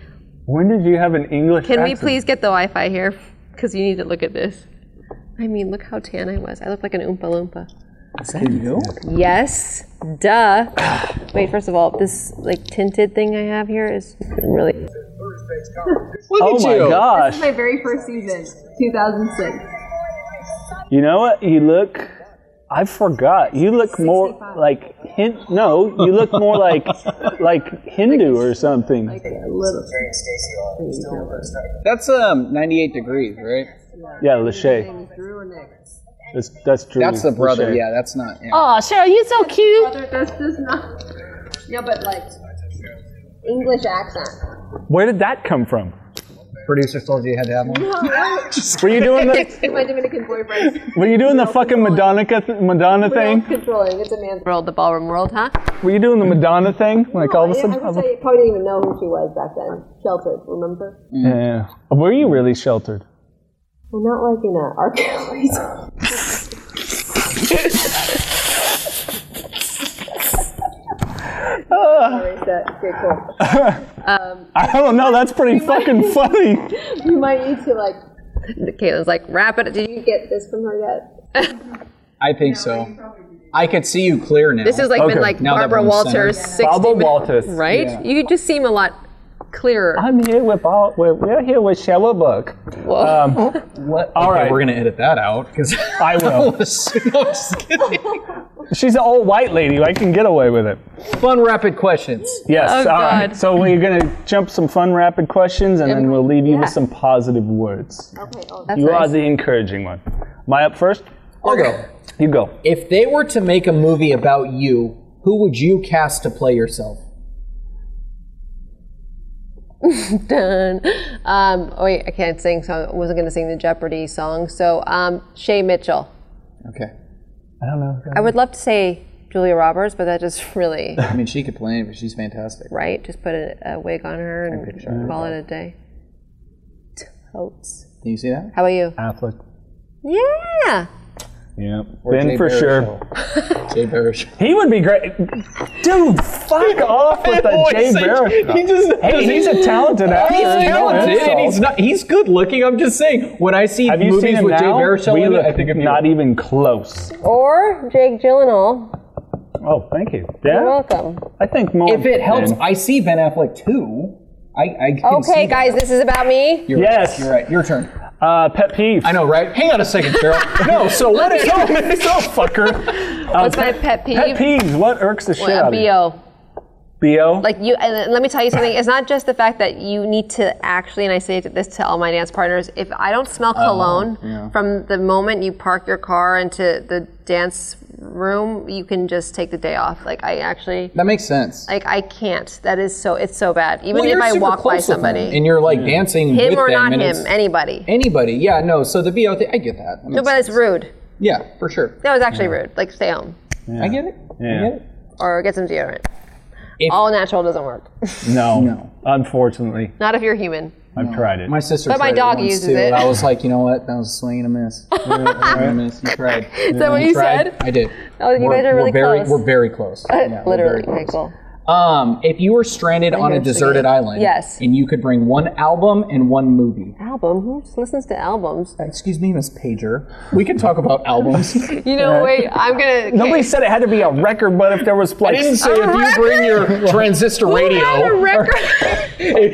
When did you have an English
Can we
accent?
please get the Wi Fi here? Because you need to look at this. I mean, look how tan I was. I look like an Oompa Loompa.
Is that you?
Yes, duh. Wait, first of all, this like tinted thing I have here is really.
Look
Oh
at
my
you.
gosh.
My very first season, 2006.
You know what? You look. I forgot. You look more like Hin. No, you look more like like Hindu or something.
That's um 98 degrees, right?
yeah, Lachey. That's that's Drew.
That's the brother.
Lachey.
Yeah, that's not. Yeah.
Oh, Cheryl, you're so cute.
That's just not. No, but like English accent.
Where did that come from?
Producer told you you had to have one.
Were you doing the
My Dominican boyfriend.
Were you doing the fucking Madonna th- Madonna
Self
thing?
controlling. It's a man's.
World, the ballroom world, huh?
Were you doing the Madonna thing? Like all of a
I, I
sudden.
can tell you, probably didn't even know who she was back then. Sheltered, remember?
Yeah. Were you really sheltered?
Well, not like in a R. Kelly's. Sorry, that- Okay, cool.
I don't know. That's pretty fucking funny.
You might need to like
Caitlin's like, wrap it. Did you?
get this from her yet.
I think so. I could see you clear now.
This has like been
Okay,
like
now that
Barbara
one's
Walters,
centered.
60
Barbara
minutes,
Walters.
right?
Yeah.
You just seem a lot clearer.
I'm here with all. We're, we're here with Cheryl Burke.
Whoa.
what?
All
okay,
right.
We're gonna edit that out because
I will.
I'm just kidding.
She's an old white lady. I can get away with it.
Fun rapid questions.
Yes.
Oh,
all right.
God.
So we're gonna jump some fun rapid questions, and then we'll leave you
Yeah.
with some positive words.
Okay, oh,
That's
You
nice.
are the encouraging one. Am I up first?
I'll go.
You go.
If they were to make a movie about you, who would you cast to play yourself?
Dun. Um, oh wait, I can't sing, so I wasn't going to sing the Jeopardy song. So um, Shay Mitchell.
Okay.
I don't know.
I would love to say Julia Roberts, but that just really
I mean, she could play it, but she's fantastic.
right. Just put a, a wig on her and call it a day. Totes.
Can you see that?
How about you?
Uh,
Affleck.
Yeah.
Yeah.
Jay
Ben for sure.
Baruchel. Jay Baruchel.
He would be great. Dude, fuck off with that Jay Baruchel.
He just
Hey, he's a talented actor.
He's
No
talented.
insult.
He's not. He's good looking. I'm just saying. When I see
Have you
movies
seen him
with
now?
Jay Baruchel,
we
in it,
look
I think of you.
not even close.
Or Jake Gyllenhaal.
Oh, thank you. Yeah,
You're welcome.
I think more.
If it helps,
Ben.
I see Ben Affleck too. I, I can see
Okay,
that.
guys, this is about me.
You're Right,
Yes.
you're right. Your turn.
Uh, pet peeve.
I know, right? Hang on a second, Cheryl. no. So what is?
No, no, fucker. Uh,
What's my pet peeve?
Pet peeves. What irks the shit
A
out of you?
bo.
Bo.
Like you, and let me tell you something. It's not just the fact that you need to actually, and I say this to all my dance partners. If I don't smell
Uh-huh,
cologne from the moment you park your car into the dance room, you can just take the day off. Like I actually,
That makes sense.
like I can't. That is so. It's so bad. Even
Well,
if
you're
I
super
walk by
close with them,
somebody,
and you're like dancing
him
with
or
them,
not
and
him,
it's-
anybody.
anybody. Yeah, no. So the bo thing, I get that. That
No,
makes
but it's
sense.
rude.
Yeah, for sure.
That was actually rude. Like stay home
I get it. I
Yeah.
get it.
or get some deodorant.
If-
all natural doesn't work.
no.
No.
Unfortunately,
not if you're human.
I've tried it.
My sister.
But my
tried it
dog
once,
uses
too,
it.
and I was like, you know what? That was a swing and a miss. Swing and a miss. You tried.
Is that what you
Tried.
said?
I did.
Oh, you
We're-
guys are really
we're very,
close.
We're very close. Yeah, we're
Literally,
very close.
okay, cool.
Um, if you were stranded on a
here's the
deserted
game.
island,
Yes.
and you could bring one album and one movie.
Album? Who just listens to albums?
Excuse me, Miss Pager. We can talk about albums. I
You know, wait, I'm gonna.
Nobody said it had to be a record, but if there was like,
didn't say
Ah.
if you bring your transistor radio.
had a record.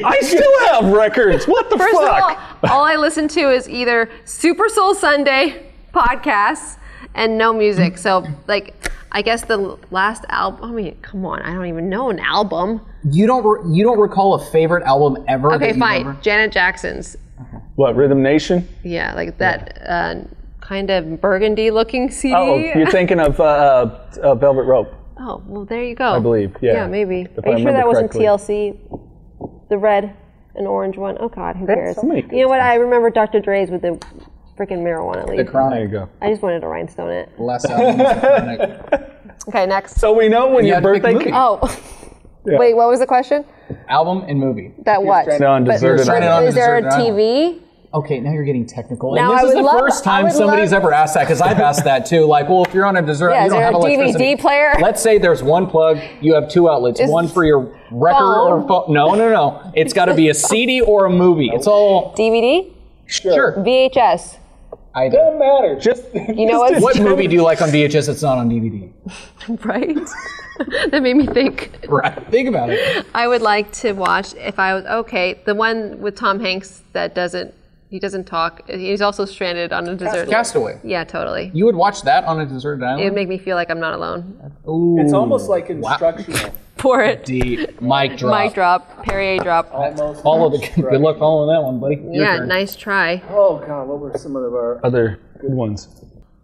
I still have records. What the
First
fuck?
of all, all I listen to is either Super Soul Sunday podcasts and no music. So, like, I guess the last album. I mean, come on, I don't even know an album.
You don't. Re- you don't recall a favorite album ever.
Okay,
that you
fine.
remember?
Janet Jackson's.
what Rhythm Nation?
Yeah, like that uh, kind of burgundy-looking CD.
Oh, you're thinking of uh, uh, Velvet Rope.
Oh, well, there you go. I
believe, yeah.
Yeah, maybe.
If I
Are you sure
remember
that wasn't
correctly.
TLC? The red and orange one? Oh, God, who cares?
so many good
You know what? I remember Dr. Dre's with the freaking marijuana
The
leaf.
There you
Chronic.
go.
I just wanted to rhinestone it.
Last album. was the Chronic.
Okay, next.
So we know when
You
your
had to pick
birthday.
a movie.
came-
oh. Wait, what was the question?
album and movie.
That what?
stranded on
But-
deserted
Stranded island. on
Is there a
deserted island.
TV?
Okay, now you're getting technical.
Now,
and this
I
is
would
the
love-
first
I
time
would
somebody's
love-
ever asked that because I've asked that too. Like, well, if you're on a dessert,
Yeah,
you
is
don't
there
have
a
electricity.
DVD player?
Let's say there's one plug. You have two outlets,
Is-
one for your record
Phone.
or phone. No, no, no. It's got to be a CD or a movie. It's all
DVD?
sure.
VHS.
Either.
matter. Just
You know what?
What movie do you like on VHS that's not on DVD?
Right? that made me think.
Right. Think about it.
I would like to watch if I was okay. The one with Tom Hanks that doesn't he doesn't talk. He's also stranded on a desert.
Castaway.
Yeah, totally.
You would watch that on a deserted
It would
island.
make me feel like I'm not alone.
Ooh.
It's almost like instructional.
Pour it.
Deep. Mic drop.
Mic drop. Perrier drop.
Almost
All of the good luck following that one, buddy. Your
yeah,
turn.
nice try.
Oh god, what were some of our?
other good ones.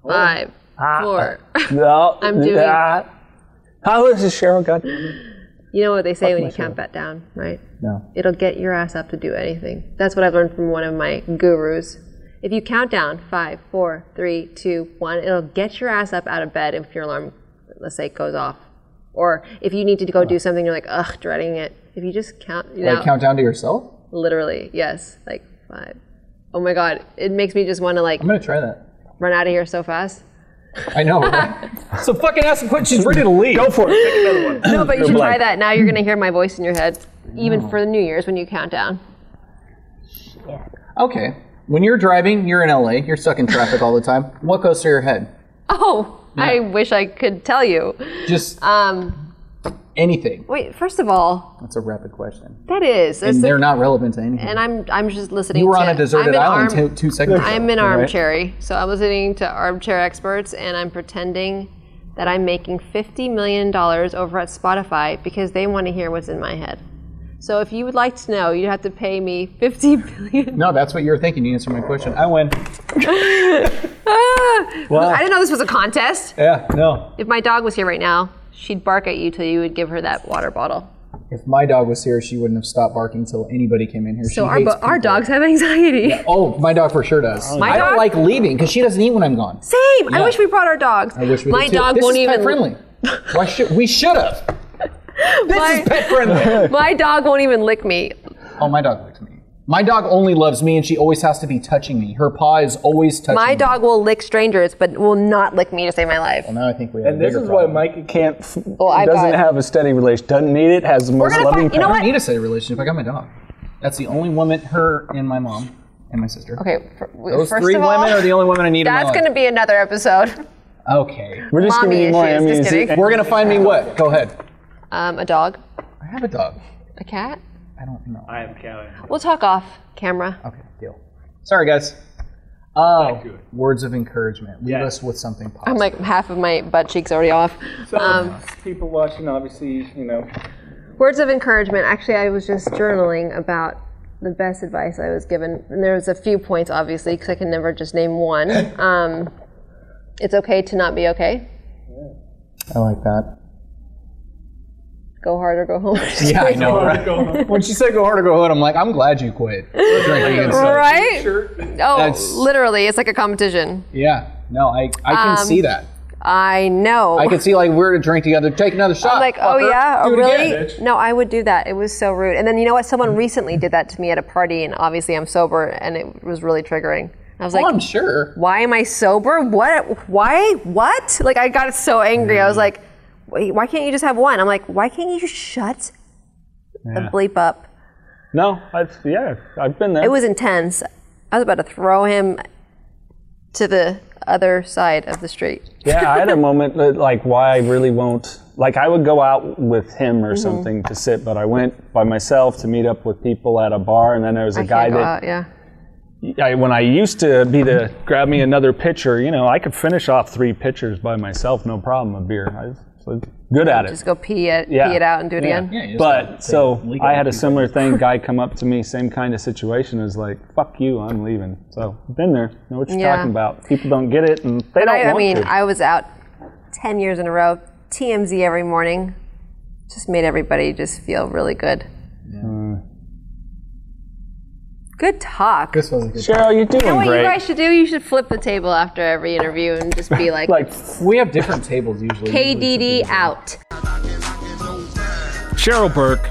Five,
Ah,
four.
No,
I'm doing-
ah. How is this Cheryl? God,
you know what they say when you count that down, right?
No.
It'll get your ass up to do anything. That's what I've learned from one of my gurus. If you count down five, four, three, two, one, it'll get your ass up out of bed if your alarm, let's say, goes off. Or if you need to go do something, you're like, ugh, dreading it. If you just count, you know,
Like countdown to yourself.
literally, yes, like five. Oh my God, it makes me just want to like
I'm gonna try that.
run out of here so fast.
I know. right? so fucking ask the question. She's ready to leave.
go for it.
No, but you should try
blank.
that. Now you're going to hear my voice in your head, even for the New Year's when you count down.
Okay. When you're driving, you're in LA. You're stuck in traffic all the time. What goes through your head?
Oh, I wish I could tell you.
Just
Um,
anything.
wait, first of all,
That's a rapid question.
that is,
And
that's-
they're not relevant to anything.
and I'm I'm just listening.
you were on
to-
a
I'm
deserted
an
island
arm-
two, two seconds ago.
I'm an armchair, so I'm listening to armchair experts, and I'm pretending that I'm making $50 million over at Spotify because they want to hear what's in my head. So if you would like to know, you'd have to pay me fifty billion.
No, Oh, that's what you were thinking. You answered my question. I win.
Ah! I didn't know this was a contest.
Yeah, no.
If my dog was here right now, she'd bark at you till you would give her that water bottle.
If my dog was here, she wouldn't have stopped barking until anybody came in here.
So
she
our,
hates
bo- our
people.
dogs have anxiety.
Oh, my dog for sure does.
My
I don't
dog-
like leaving because she doesn't eat when I'm gone.
Same. I
Yeah.
wish we brought our dogs.
I wish we
my
did too.
dog
This
won't
is
even.
pet friendly. Why should we should have? This
My-
is pet friendly.
My dog won't even lick me.
oh, my dog likes me. My dog only loves me, and she always has to be touching me. Her paw is always touching.
My
me.
dog will lick strangers, but will not lick me to save my life.
Now I think we have.
And this is why Micah can't. f-
I
doesn't
got-
have a steady relation. Doesn't need it. Has the most
gonna
loving.
find- you know
parents.
I don't need a steady relationship. I got my dog. That's the only woman. Her and my mom and my sister.
Okay, fir-
Those
first
three
of all,
women are the only women I need.
that's going to be another episode.
to. Okay.
We're just
mommy
giving you more
issues, just
amnesia.
kidding.
We're gonna find me what? Go ahead.
Um, a dog,
I have a dog.
a cat.
I don't know.
I am counting.
We'll talk off camera.
Okay, deal. Sorry, guys. Oh, words of encouragement. Leave
Yeah.
us with something positive.
I'm like half of my butt cheeks already off. Um,
people watching, obviously, you know.
words of encouragement. Actually, I was just journaling about the best advice I was given, and there was a few points, obviously, because I can never just name one. Um, it's okay to not be okay.
I like that.
Go hard or go home.
Yeah, I know. Right? when she said go hard or go hard, I'm like, I'm glad you quit drinking and stuff.
right? Oh,
That's-
literally, it's like a competition.
Yeah, no, I, I can
Um,
see that.
I know.
I can see like we're to drink together, take another shot.
I'm like, oh
fucker.
yeah,
Do
oh,
it
really?
Again.
no, I would do that. It was so rude. And then you know what? Someone recently did that to me at a party, and obviously I'm sober, and it was really triggering. I was like,
Oh, I'm sure.
why am I sober? What? Why? What? Like I got so angry. I
Mm.
was like, wait, why can't you just have one? I'm like, why can't you just shut the bleep up?
No, I've, yeah, I've been there.
It was intense. I was about to throw him to the other side of the street.
yeah, I had a moment that, like why I really won't. Like I would go out with him
Mm-hmm.
or something to sit, but I went by myself to meet up with people at a bar, and then there was a
I
guy
can't go out,
that
yeah.
I, when I used to be the grab me another pitcher, you know, I could finish off three pitchers by myself, no problem, a beer. I was, was good at it.
Just go pee it,
Yeah.
pee it out, and do it again.
Yeah, you just gotta
But
say
so
legal
I had a
people.
similar thing. Guy come up to me, same kind of situation. Is like, "Fuck you, I'm leaving." So been there. Know what you're
Yeah.
talking about. People don't get it, and they
But
don't
I, I
want
mean,
to.
I was out 10 years in a row, TMZ every morning. Just made everybody just feel really good. Good talk.
This was a good.
Cheryl, you're doing
You know what
great.
you guys should do? You should flip the table after every interview and just be like,
like,
We have different tables usually.
KDD out.
Cheryl Burke.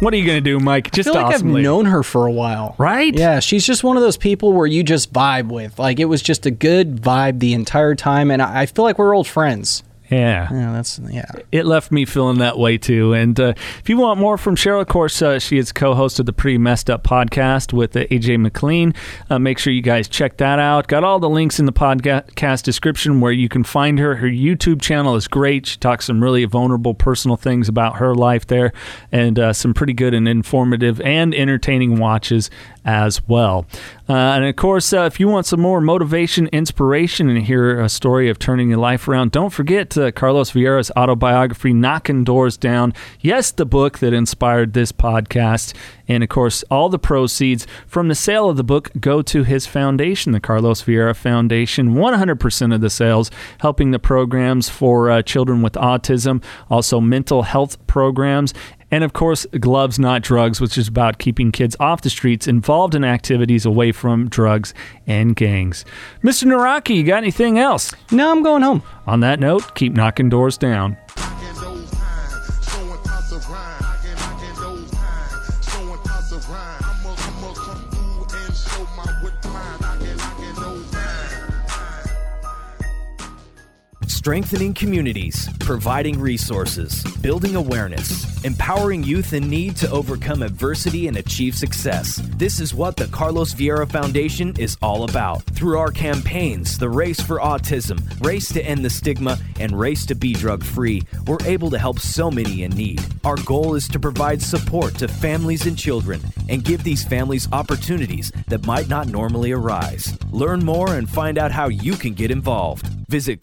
What are you going to do, Mike? Just
I feel like
awesome
I've
lady.
known her for a while.
Right?
Yeah, she's just one of those people where you just vibe with. Like it was just a good vibe the entire time, and I I feel like we're old friends.
Yeah.
Yeah, that's yeah.
it left me feeling that way too. And uh, if you want more from Cheryl, of course, uh, she is co-host of the Pretty Messed Up podcast with uh, AJ McLean. Uh, make sure you guys check that out. Got all the links in the podcast description where you can find her. Her YouTube channel is great. She talks some really vulnerable, personal things about her life there, and uh, some pretty good and informative and entertaining watches as well. Uh, and of course, uh, if you want some more motivation, inspiration, and hear a story of turning your life around, don't forget uh, Carlos Vieira's autobiography, Knocking Doors Down. Yes, the book that inspired this podcast. And of course, all the proceeds from the sale of the book go to his foundation, the Carlos Vieira Foundation. 100% of the sales helping the programs for uh, children with autism, also mental health programs. And of course, Gloves Not Drugs, which is about keeping kids off the streets involved in activities away from drugs and gangs. Mr. Naraki, you got anything else?
No, I'm going home.
On that note, keep knocking doors down.
knocking those times, showing tops of rhyme. Knocking, knocking those times, showing tops of rhyme. I'ma, I'ma come through and show my with mine. Knocking, knocking those times.
Strengthening communities, providing resources, building awareness, empowering youth in need to overcome adversity and achieve success. This is what the Carlos Vieira Foundation is all about. Through our campaigns, the Race for Autism, Race to End the Stigma, and Race to Be Drug Free, we're able to help so many in need. Our goal is to provide support to families and children and give these families opportunities that might not normally arise. Learn more and find out how you can get involved.
Visit